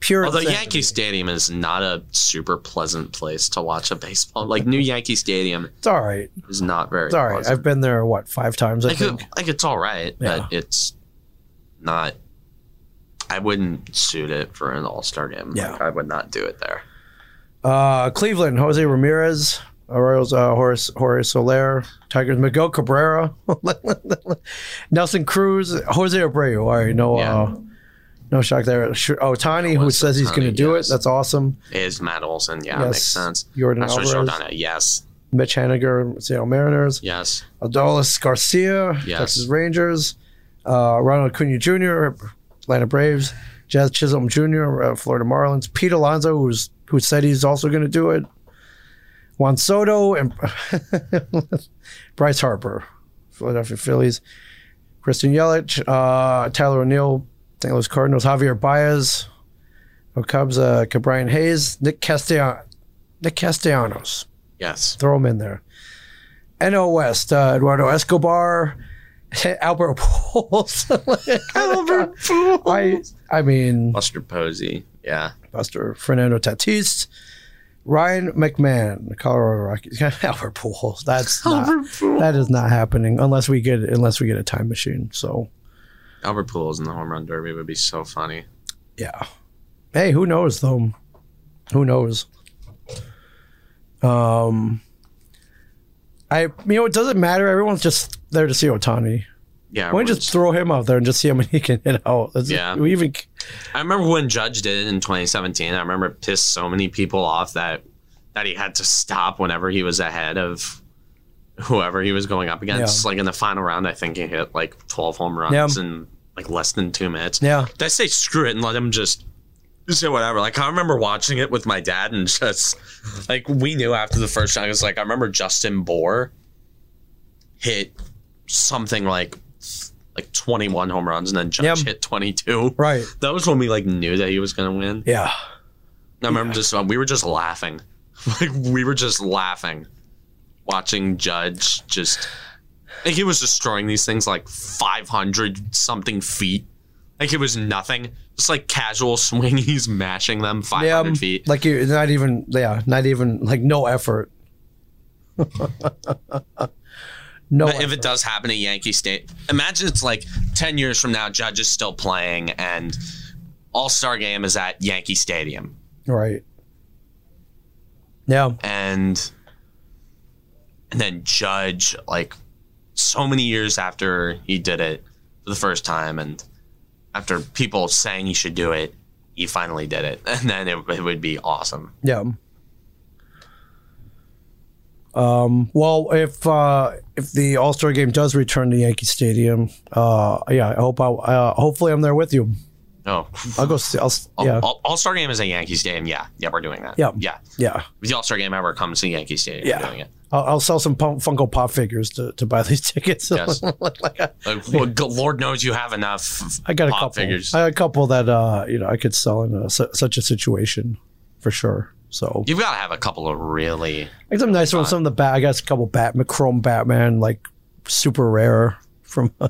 Pure.
Although
insanity.
Yankee Stadium is not a super pleasant place to watch a baseball. Like New Yankee Stadium
It's all right.
is not very.
It's all right.
pleasant.
I've been there what five times. I
like,
think.
it- like it's all right,
Yeah.
but it's not. I wouldn't suit it for an All Star game.
Yeah.
Like, I would not do it there.
Uh, Cleveland, Jose Ramirez, Orioles, uh, Horace, Horace Soler, Tigers, Miguel Cabrera, <laughs> Nelson Cruz, Jose Abreu. All right, no, uh,
Yeah.
no shock there. oh, Otani, who
was
says he's going to
Ohtani,
do
yes.
it. That's awesome.
Is Matt Olson? Yeah,
Yes.
makes sense.
Jordan
That's
Alvarez,
what Jordana. Yes,
Mitch Haniger, Seattle Mariners,
yes.
Adolis Garcia,
Yes.
Texas Rangers, uh, Ronald Acuna Jr., Atlanta Braves, Jazz Chisholm Jr., uh, Florida Marlins, Pete Alonso, who's who said he's also going to do it, Juan Soto, and <laughs> Bryce Harper, Philadelphia Phillies, Christian Yelich, uh, Tyler O'Neill, St. Louis Cardinals, Javier Baez, oh, Cubs, uh, Cabrian Hayes, Nick Castellan, Nick Castellanos
Yes.
throw them in there. NL West, uh, Eduardo Escobar, <laughs> Albert Pujols. <laughs> Albert I, I mean,
Buster Posey. Yeah.
Buster Fernando Tatis, Ryan McMahon, the Colorado Rockies, <laughs> Albert Pujols. That's not, that is not happening unless we get unless we get a time machine. So
Albert Pujols in the home run derby would be so funny.
yeah. Hey, who knows though? Who knows? Um, I you know it doesn't matter. Everyone's just there to see Otani.
Yeah.
Why don't you
everyone's-
just throw him out there and just see how many he can hit out? That's-
Yeah.
We even
I remember when Judge did it in 2017. I remember it pissed so many people off that that he had to stop whenever he was ahead of whoever he was going up against. Like in the final round, I think he hit like 12 home runs
Yeah.
in like less than two minutes.
yeah
I say screw it and let him just say whatever. Like I remember watching it with my dad and just like we knew after the first round. It was like I remember Justin Bohr hit something like like 21 home runs and then Judge
Yeah.
hit 22.
right
That was when we like knew that he was gonna win.
yeah
I remember just um, we were just laughing, <laughs> like we were just laughing, watching Judge just like he was destroying these things like five hundred something feet, like it was nothing, just like casual <laughs> swing. He's mashing them five
yeah
hundred feet.
Um, like you not even yeah not even like no effort <laughs> no
But if it does happen at Yankee State, imagine it's like ten years from now, Judge is still playing and All Star Game is at Yankee Stadium.
effort. e, right yeah
and and then judge like so many years after he did it for the first time and after people saying he should do it he finally did it <laughs> and then it, it would be awesome
yeah um well if uh if the all-star game does return to yankee stadium uh yeah i hope i uh, hopefully i'm there with you
oh
i'll go see i'll s- yeah
all, all-star game is a yankees game yeah yeah we're doing that
Yeah.
yeah
yeah
if the all-star game ever comes to yankee stadium
Yeah.
we're doing it
I'll, I'll sell some punk, Funko Pop figures to, to buy <laughs> these tickets.
Yes.
Like, I,
like, well, g- lord knows you have enough
I got a
pop
couple.
figures
I got a couple that uh, you know I could sell in a, su- such a situation for sure. So
you've got to have a couple of really
like some nice ones. Some of the bat. I got a couple Batman, Chrome Batman, like super rare from <laughs>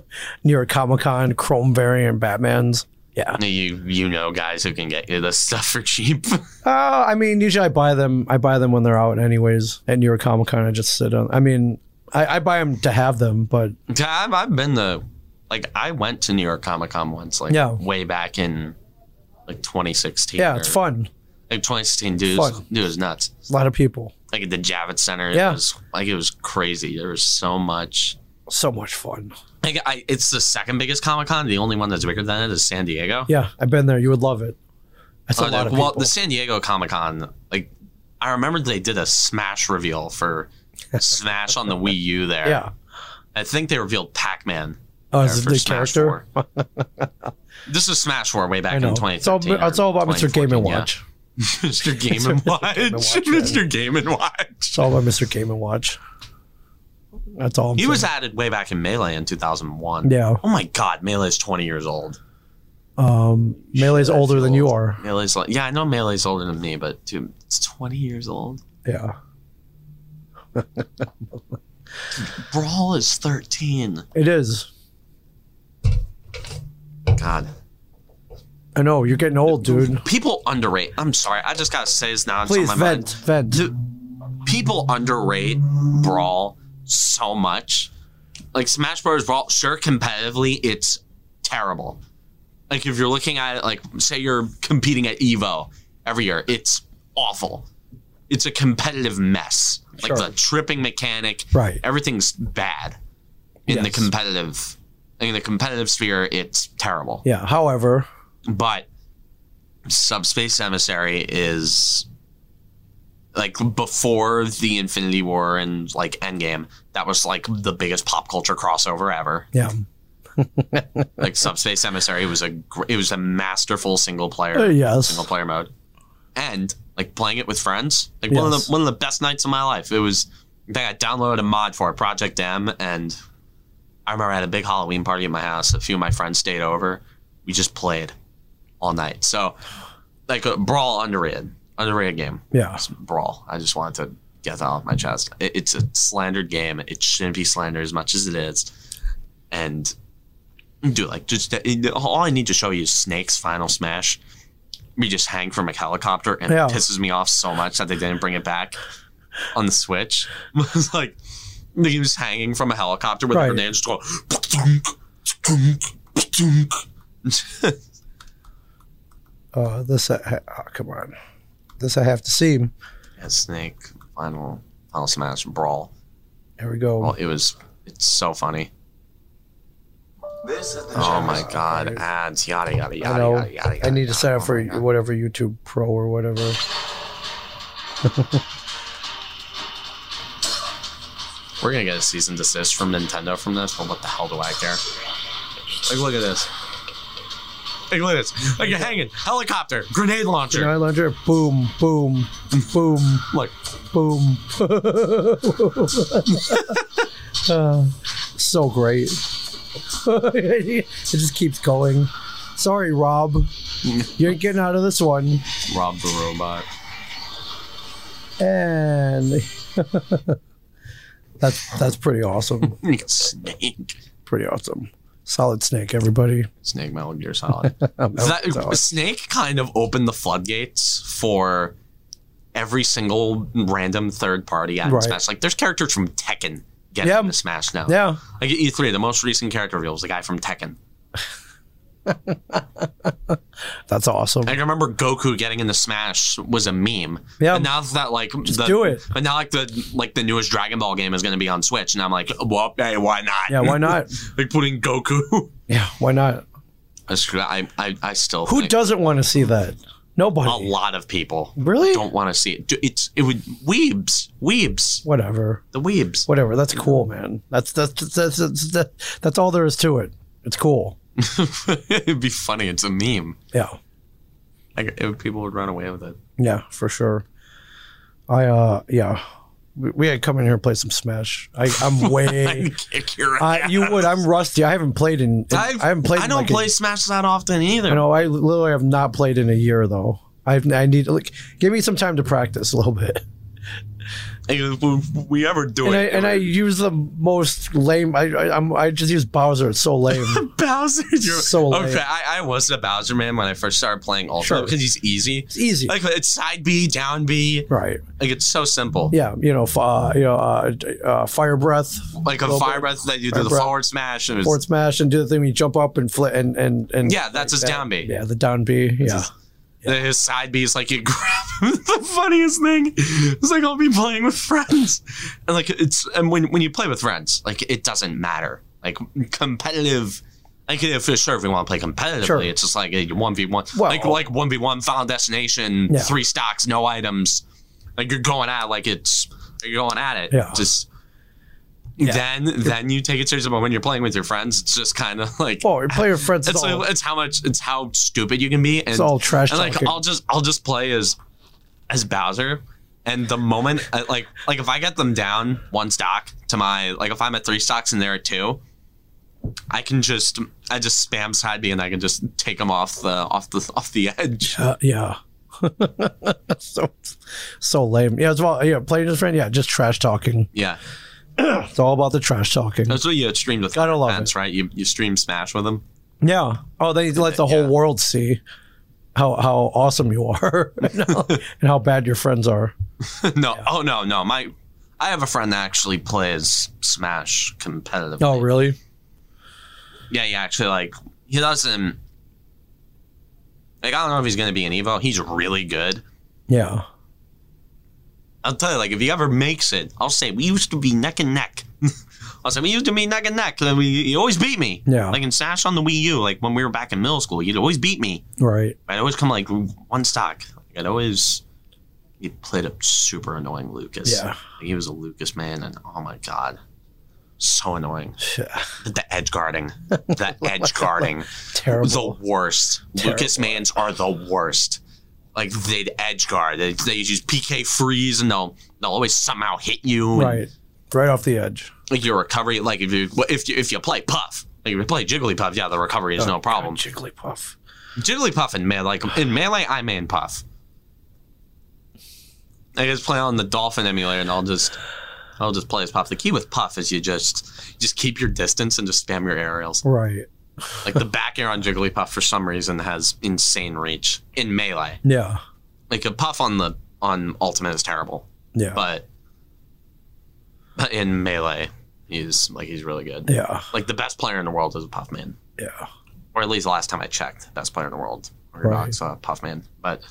New York Comic Con Chrome variant Batmans. Yeah.
you you know guys who can get you this stuff for cheap <laughs>
Uh, I mean, usually I buy them. I buy them when they're out, anyways. At New York Comic Con, I just sit on. I mean, I, I buy them to have them, but
Yeah, I've, I've been to, like, I went to New York Comic Con once, like,
Yeah.
way back in, like, 2016.
yeah, it's
or-
fun.
Like, 2016, dude, was,
Fun.
dude was nuts.
It's a lot of people.
Like, at the Javits Center,
Yeah.
it was, like, it was crazy. There was so much.
So much fun.
Like, I, it's the second biggest Comic Con. The only one that's bigger than it is San Diego.
Yeah, I've been there. You would love it. That's a
Uh,
lot of
well,
people.
the San Diego Comic Con, like, I remember they did a Smash reveal
<laughs>
for Smash on the Wii U there.
yeah.
I think they revealed Pac Man.
Oh,
there
is
for
the
Smash
character?
4. <laughs> this is Smash 4 way back
I
in
know. It's all,
2013.
it's all about Mr. Game
2014,
and
yeah. <laughs>
Watch. <laughs>
Mr. Game and Watch. Mr. Game and Watch.
It's all about Mr. Game and Watch. That's all. I'm
He was
saying.
added way back in Melee in 2001.
Yeah.
Oh my God, Melee's 20 years old.
Um, Melee's
Shit, I
older
feel
than you
old.
are.
Melee's like, yeah, I know Melee's older than me, but dude, it's tw-
20 years old.
Yeah.
Brawl is 13.
It is.
God.
I know you're getting old, dude.
People underrate. I'm sorry. I just got to say this now. It's on
Please
my
vent,
mind.
vent.
Dude, people underrate Brawl so much. Like Smash Bros. Brawl, sure, competitively, it's terrible. Like if you're looking at it, like say you're competing at Evo every year, it's awful. It's a competitive mess. Like
Sure.
the tripping mechanic,
Right.
Everything's bad in the
Yes.
competitive. In the competitive sphere, it's terrible
Yeah. However,
but subspace emissary is like before the infinity war and like endgame that was like the biggest pop culture crossover ever
yeah,
like subspace emissary was a gr- it was a masterful single player
Uh,
single
yes,
player mode and like playing it with friends like one of
Yes.
the one of the best nights of my life it was i think i downloaded a mod for it, project m and i remember i had a big halloween party at my house a few of my friends stayed over we just played all night so like a brawl underrated underrated game
yeah.
It's brawl i just wanted to get that off my chest it, it's a slandered game it shouldn't be slandered as much as it is and do like just all i need to show you is snakes final smash we just hang from a helicopter and
Yeah.
it pisses me off so much that they didn't bring it back on the switch <laughs> It was like he was hanging from a helicopter with
Right.
a grenade just going
Uh, this, I, ha- oh, come on, this I have to see.
Yeah, Snake Final Final Smash Brawl.
Here we
Well,
go.
it was it's so funny.
This is the
Oh my god, ads, yada yada
I
yada
know.
yada yada.
I
yada,
need to
yada.
sign up
Oh
for
my God.
whatever YouTube Pro or whatever.
We're gonna get a season desist from Nintendo from this, but what the hell do I care? Like look at this. Like look at this. Like you're hanging. Helicopter, grenade launcher.
Nine launcher. Boom, boom, boom,
Look.
boom. <laughs> Uh, so great. <laughs> it just keeps going. Sorry, Rob. You're getting out of this one.
Rob the robot.
And <laughs> that's that's pretty awesome.
Snake.
Pretty awesome. Solid snake, everybody.
Snake Metal Gear Solid.
Um,
that,
solid.
Snake kind of opened the floodgates for every single random third party out
Right.
in Smash. Like, there's characters from Tekken getting
Yeah.
into Smash now.
yeah.
Like E3, the most recent character reveal was the guy from Tekken.
That's awesome.
Like, I remember Goku getting into Smash was a meme.
Yeah.
But now that like the,
do it.
But now like the like the newest Dragon Ball game is going to be on Switch, and I'm like, well, hey, why not?
Yeah,
<laughs>
why not?
like putting Goku. <laughs>
Yeah, why not?
I, screw- I, I, I still
Who
think
doesn't want to see that?
a
Nobody.
lot of people
Really?
don't want to see it. It's it would weebs weebs
Whatever.
the weebs.
Whatever. That's cool, man. That's that's that's that's, that's, that's all there is to it. It's cool.
<laughs> It'd be funny. It's a meme.
Yeah.
Like it, people would run away with it. <laughs>
Yeah, for sure. I uh yeah. We, we had come in here and play some Smash. I,
<laughs>
I'm way
I'd kick your
I,
ass.
you would. I'm rusty. I haven't played in. in
I've-
I haven't played.
I
in
don't
like
play
A,
Smash that often either.
you know, I literally have not played in a year though. I I need like give me some time to practice a little bit.
If we- we ever do
And I
it.
and I use the most lame. I I, I'm, I just use Bowser. It's
<laughs>
so lame.
Bowser. You're,
So lame.
okay, I, I was a Bowser man when I first started playing Ultra
Sure.
because he's easy.
It's easy.
Like it's side B, down B.
right.
Like it's so simple.
Yeah. You know. f- Uh, you know. Uh, uh, fire breath.
Like a
Well,
fire breath that you do
fire
the
breath.
forward smash and it was-
Forward smash and do the thing. where You jump up and flip and and and.
yeah, that's his
that.
down B.
Yeah. The down B. Yeah.
Then His side B is like you <laughs> grab the funniest thing. It's like I'll be playing with friends, and like it's and when when you play with friends, like it doesn't matter. Like competitive, like if for sure if we want to play competitively,
Sure.
it's just like a one v one,
Well-
like like one v one final destination,
Yeah.
three stocks, no items. Like you're going at it like it's you're going at it.
Yeah.
Just then then you take it seriously, but when you're playing with your friends, it's just kind of <laughs> like
Well, your player friends. It's
it's,
all,
it's how much it's how stupid you can be and
it's all trash
and like
talking.
I'll just I'll just play as as Bowser. And the moment I- like like if I get them down one stock to my like if I'm at three stocks and they're at two, I can just I just spam side B and I can just
<laughs>
take them off the off the off the edge.
Uh, yeah. Uh, so so lame. Yeah, it's well, yeah, playing his friend. Yeah, just trash talking.
Yeah,
It's all about the trash talking.
that's what you streamed with.
Gotta love
Vince, right? You you stream Smash with him.
Yeah. Oh, they let the whole
Yeah.
world see how how awesome you are <laughs> and how, and how bad your friends are.
no, oh no, no. My, I have a friend that actually plays Smash competitively.
Oh, really?
Yeah, he actually like he doesn't. Like I don't know if he's gonna be an Evo. He's really good.
Yeah.
I'll tell you, like if he ever makes it, oh, I'll say we used to be neck and neck. <laughs> I'll say we used to be neck and neck. Then we you always beat me.
Yeah.
Like in Smash on the Wii U, like when we were back in middle school, you'd always beat me.
Right.
I'd always come like one stock. Like, I'd always he played a super annoying Lucas.
Yeah.
He was a Lucas man, and oh my god, so annoying.
Yeah.
The edge guarding,
<laughs>
the edge guarding, the
Terrible.
worst. Lucas mans are the worst. Like they'd edge guard. They they use PK freeze, and they'll they'll always somehow hit you. and,
Right. Right off the edge.
Like your recovery, like if you if you if you play Puff. Like if you play Jigglypuff, yeah, the recovery is no
Oh,
problem.
Jigglypuff.
Jigglypuff and Melee. Like in Melee, I man Puff. I just play on the Dolphin emulator, and I'll just, I'll just play as Puff. The key with Puff is you just, just keep your distance and just spam your aerials.
Right.
Like the back air on Jigglypuff for some reason has insane reach in Melee.
Yeah.
Like a Puff on the on Ultimate is terrible,
Yeah.
but, but in Melee, he's like he's really good.
yeah.
Like the best player in the world is a Puff man
Yeah.
or at least last time I checked, best player in the world,
Right.
right. uh, Puffman. But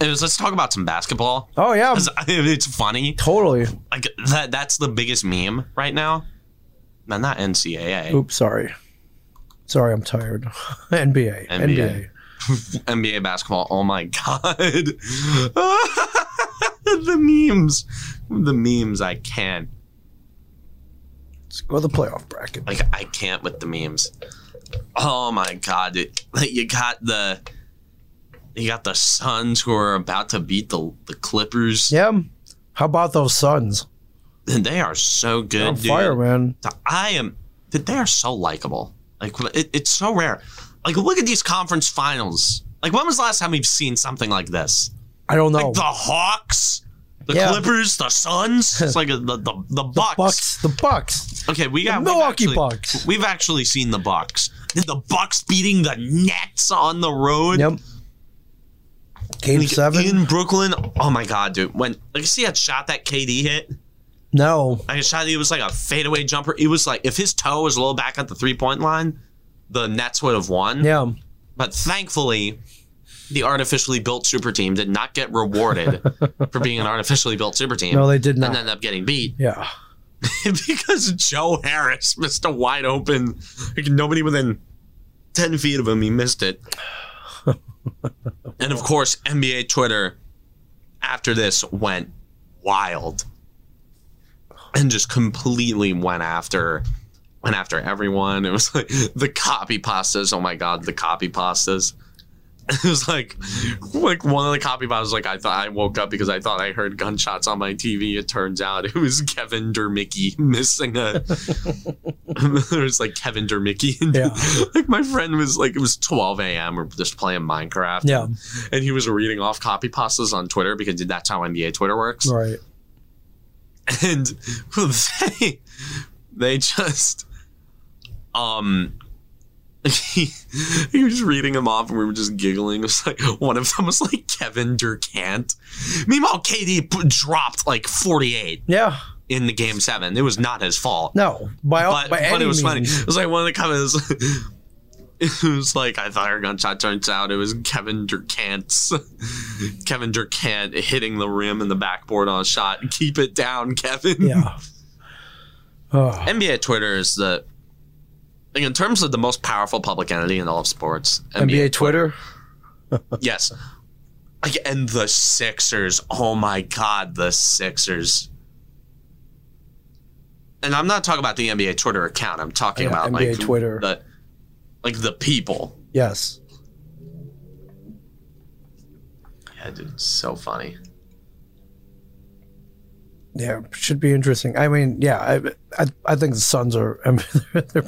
anyways, let's talk about some basketball.
Oh yeah.
'Cause I- <laughs> It's funny,
Totally.
like that. That's the biggest meme right now. No, not NCAA,
Oops. Sorry. Sorry, I'm tired. <laughs> NBA. NBA.
NBA. NBA basketball. Oh my <laughs> god, the memes, the memes. I can't,
Let's go to the playoff bracket.
like I can't with the memes. Oh my god, dude. like you got the. You got the Suns who are about to beat the the Clippers.
Yeah. How about those Suns?
And they are so good,
On
dude.
fire, man.
I am. They are so likable. Like it, it's so rare. Like look at these conference finals. Like when was the last time we've seen something like this?
I don't know.
The Hawks, the
Yeah.
Clippers, the Suns. It's like the the, the, Bucks.
Bucks. The Bucks.
Okay, we got we've
Milwaukee
actually-
Bucks.
We've actually seen the Bucks. The Bucks beating the Nets on the road.
Yep. Game
Like,
seven.
in Brooklyn. Oh my god, dude! When like you see that shot that KD hit.
no.
Like a shot, it was like a fadeaway jumper. It was like if his toe was a little back at the three point line, the Nets would have won.
Yeah.
But thankfully, the artificially built super team did not get
<laughs>
rewarded for being an artificially built super team.
No, they did
and
not.
ended up getting beat
yeah.
<laughs> because Joe Harris missed a wide open. Like nobody within ten feet of him, he missed it. and of course, NBA Twitter after this went wild and just completely went after went after everyone. It was like the copy pastas. Oh my god, the copy pastas. <laughs> It was like, like one of the copy pastas. Like I thought I woke up because I thought I heard gunshots on my TV. It turns out it was Kevin Dermicky missing a. <laughs> it was like Kevin Dermicky.
Yeah.
<laughs> like my friend was like, it was 12 a.m. We're just playing Minecraft.
Yeah.
And he was reading off copy pastas on Twitter because that's how NBA Twitter works
Right.
<laughs> and they they just um <laughs> he, he was reading them off and we were just giggling. It was like one of them was like Kevin Durant. Meanwhile, KD p- dropped like 48
Yeah.
in the game seven. It was not his fault.
No. By all
But,
by
but
any
it was funny.
means.
It was like one of the comments. <laughs> It was like I thought our gunshot turns out it was Kevin Durkant's <laughs> Kevin Durkant hitting the rim and the backboard on a shot. Keep it down, Kevin. <laughs>
Yeah. Oh,
NBA Twitter is the like in terms of the most powerful public entity in all of sports.
NBA Twitter.
yes. Like, and the Sixers. Oh my God, the Sixers. And I'm not talking about the NBA Twitter account. I'm talking
Yeah,
about
NBA
like
Twitter.
the like the people.
Yes.
Yeah, dude, it's so funny.
Yeah. Should be interesting. I mean, yeah. I I, I think the Suns are. <laughs> I mean, they're,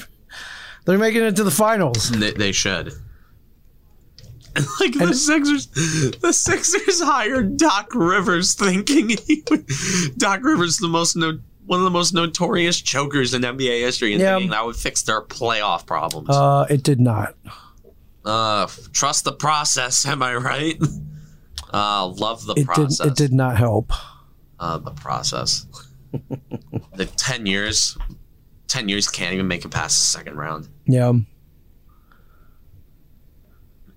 they're making it to the finals.
They, they should. <laughs> like the Sixers, the Sixers hired Doc Rivers, thinking <laughs> he would, Doc Rivers the most no, one of the most notorious chokers in NBA history, and
Yeah.
thinking that would fix their playoff problems. Uh,
Uh, it did not.
f- trust the process, <laughs> am I right? Uh, love the
It
process.
did. It did not help.
Uh, the
<laughs>
process. the ten years, ten years can't even make it past the second round.
Yeah.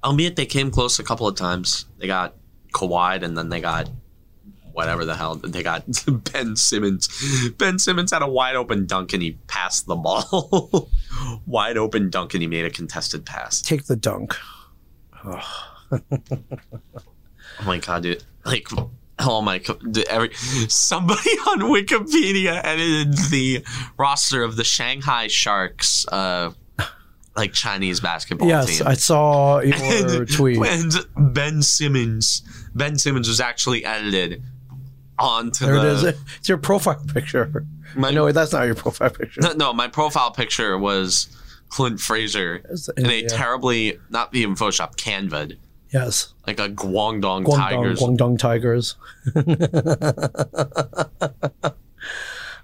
Albeit they came close a couple of times. They got Kawhi, and then they got whatever the hell they got. <laughs> Ben Simmons. Ben Simmons had a wide open dunk, and he passed the ball. <laughs> wide open dunk, and he made a contested pass.
Take the dunk.
Oh my god, dude! Like, oh my, co- dude, every somebody <laughs> on Wikipedia edited the roster of the Shanghai Sharks, uh, like Chinese basketball <laughs>
yes,
team.
I saw your
and,
tweet.
and Ben Simmons, Ben Simmons was actually edited onto
There it
the.
is. It's your profile picture.
My,
No, wait, that's not your profile picture.
no, no, my profile picture was Clint Fraser
It's-
in a
yeah.
terribly not even Photoshop Canva,
yes,
like a Guangdong,
Guangdong,
Tigers
Guangdong Tigers.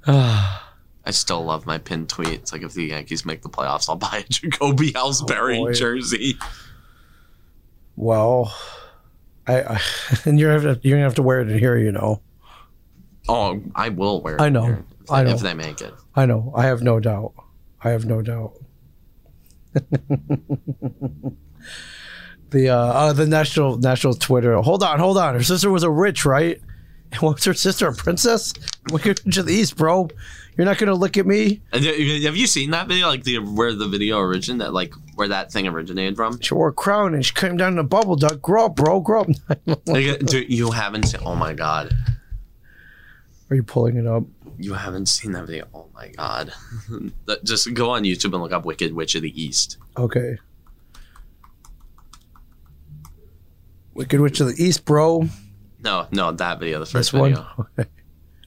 Ah,
I still love my pinned tweet. It's like if the Yankees make the playoffs, I'll buy a
<laughs>
Jacoby Ellsbury
Oh, boy.
jersey.
well, I, I <laughs> and you're gonna have to- you're gonna have to wear it in here. You know,
Oh, I will wear it.
I know.
here If,
I know.
If they make it.
I know. I have no doubt. I have no doubt. the uh, uh the national national Twitter. Hold on, hold on. Her sister was a rich, right? <laughs> And was her sister a princess? Look to the east, bro. You're not gonna look at me.
And you- Have you seen that video? Like the where the video origin that like where that thing originated
<laughs>
from?
She wore a crown and she came down in a bubble duck. Grow up, bro. Grow up. <laughs>
Like, dude, you haven't seen. Oh my god,
Are you pulling it up?
you haven't seen that video. Oh my god, <laughs> That- just go on YouTube and look up "Wicked Witch of the East."
Okay. Wicked Witch of the East, bro.
No, no, that video, the
This
first
one. <laughs>
video.
Okay.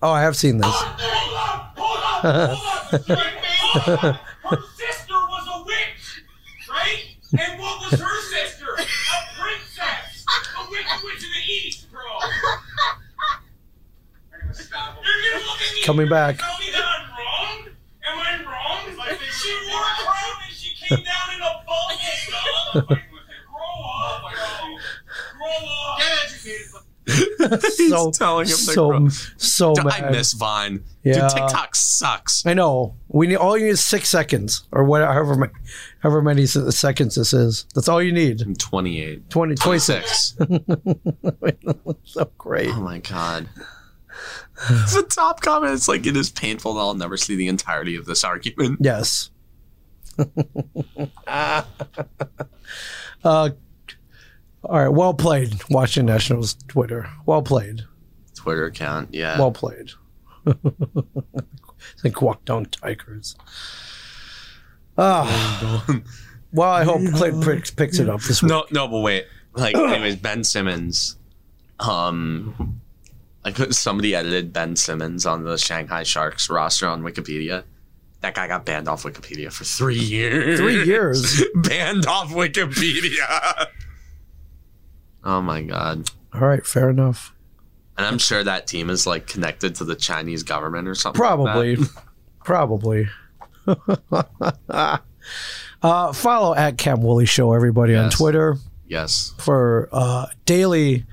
Oh, I have seen this.
Hold
<laughs>
up, hold up, hold up. Wait, man. Her sister was a witch, right? And what was her sister? A princess. A witch, a witch of the east, bro. You're gonna look at me
Coming
and you're gonna
back.
Tell me that I'm wrong? Am I wrong? She wore a crown and she came down in a bubble. Grow up, bro. Grow up. Get educated.
He's
so
telling him to
so
grow-
so
Dude,
bad.
I miss Vine.
Yeah.
Dude, TikTok sucks.
I know. We need all you need is six seconds or whatever, however many, however many se- seconds this is. That's all you need.
I'm 28,
20, 26.
26.
so great.
Oh my god. <sighs> the top comment is like it is painful that I'll never see the entirety of this argument.
Yes. uh, all right. Well played, Washington Nationals Twitter. Well played.
Twitter account, yeah.
Well played. <laughs> the Guangdong Tigers. Ah. well, I hope Clint picks, picks it up this week.
no, no, but wait.
<clears throat>
Like, anyways, Ben Simmons. Um, like somebody edited Ben Simmons on the Shanghai Sharks roster on Wikipedia. That guy got banned off Wikipedia for three years.
Three years.
banned off Wikipedia. oh my god.
All right. Fair enough.
And I'm sure that team is like connected to the Chinese government or something. like that.
Probably. <laughs> Probably. <laughs> uh, follow at Cam Woolley Show, everybody, on
Yes.
Twitter
Yes.
for uh, daily,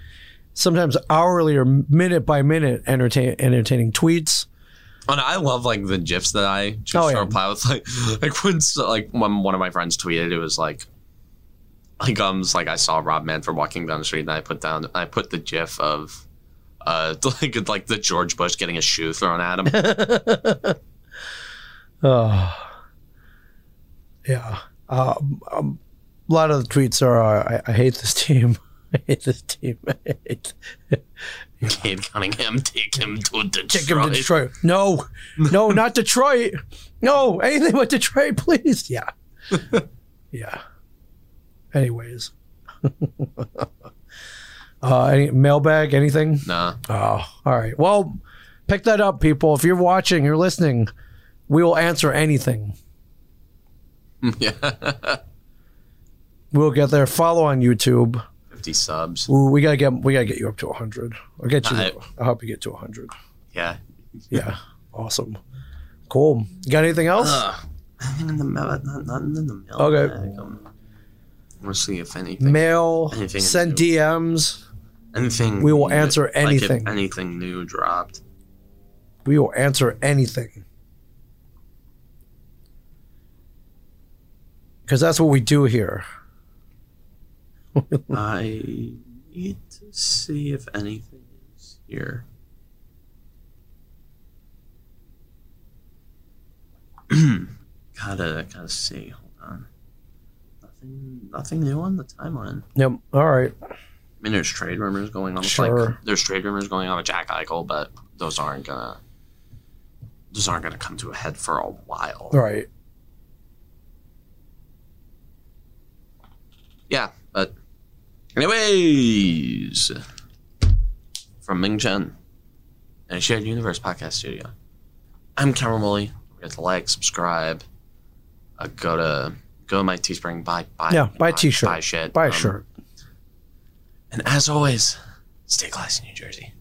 sometimes hourly or minute by minute entertain, entertaining tweets.
And I love like the gifs that I choose
Oh,
to
yeah.
reply with. <laughs> Like, like when so- like when one of my friends tweeted, it was like, like um, it's like I saw Rob Manfred walking down the street, and I put down, I put the gif of, uh, <laughs> like like the George Bush getting a shoe thrown at
<laughs>
him.
Oh, yeah. Uh, um, a lot of the tweets are, uh, I, I hate this <laughs> team. I hate this team. <laughs> I hate
Cade Cunningham, take him to Detroit.
Take him to Detroit. No,
<laughs>
no, not Detroit. No, anything but Detroit, please.
<laughs>
Yeah. yeah. Anyways. <laughs> uh, any, mailbag, anything?
Nah, <laughs>
Oh, all right. Well, pick that up, people. If you're watching, you're listening, we will answer anything.
yeah.
We'll get there. Follow on YouTube.
50 subs.
Ooh, we gotta get we gotta get you up to hundred. I'll get you.
All right.
I'll help you get to hundred.
Yeah.
Yeah, awesome, cool. You got anything else?
Ugh. Nothing in the mail. Not, nothing in the mail.
Okay.
Um, we'll see if anything.
Mail,
Anything
send
new.
DMs.
anything.
We will
new-
answer
like if
anything.
anything new dropped.
We will answer anything. Because that's what we do here.
I need to see if anything is here. <clears throat> gotta gotta see. Hold on. Nothing. Nothing new on the timeline.
Yep. All right.
I mean, there's trade rumors going on. with,
Sure.
Like, there's trade rumors going on with Jack Eichel, but those aren't gonna those aren't gonna come to a head for a while.
All right.
Yeah, but anyways, from Ming Chen and Shared Universe Podcast Studio. I'm Cameron Woolley. Forget to like, subscribe. Uh, go to go to my Teespring. Buy buy
Yeah, buy a t-shirt.
Buy shit.
Buy a
um,
shirt.
And as always, stay classy, New Jersey.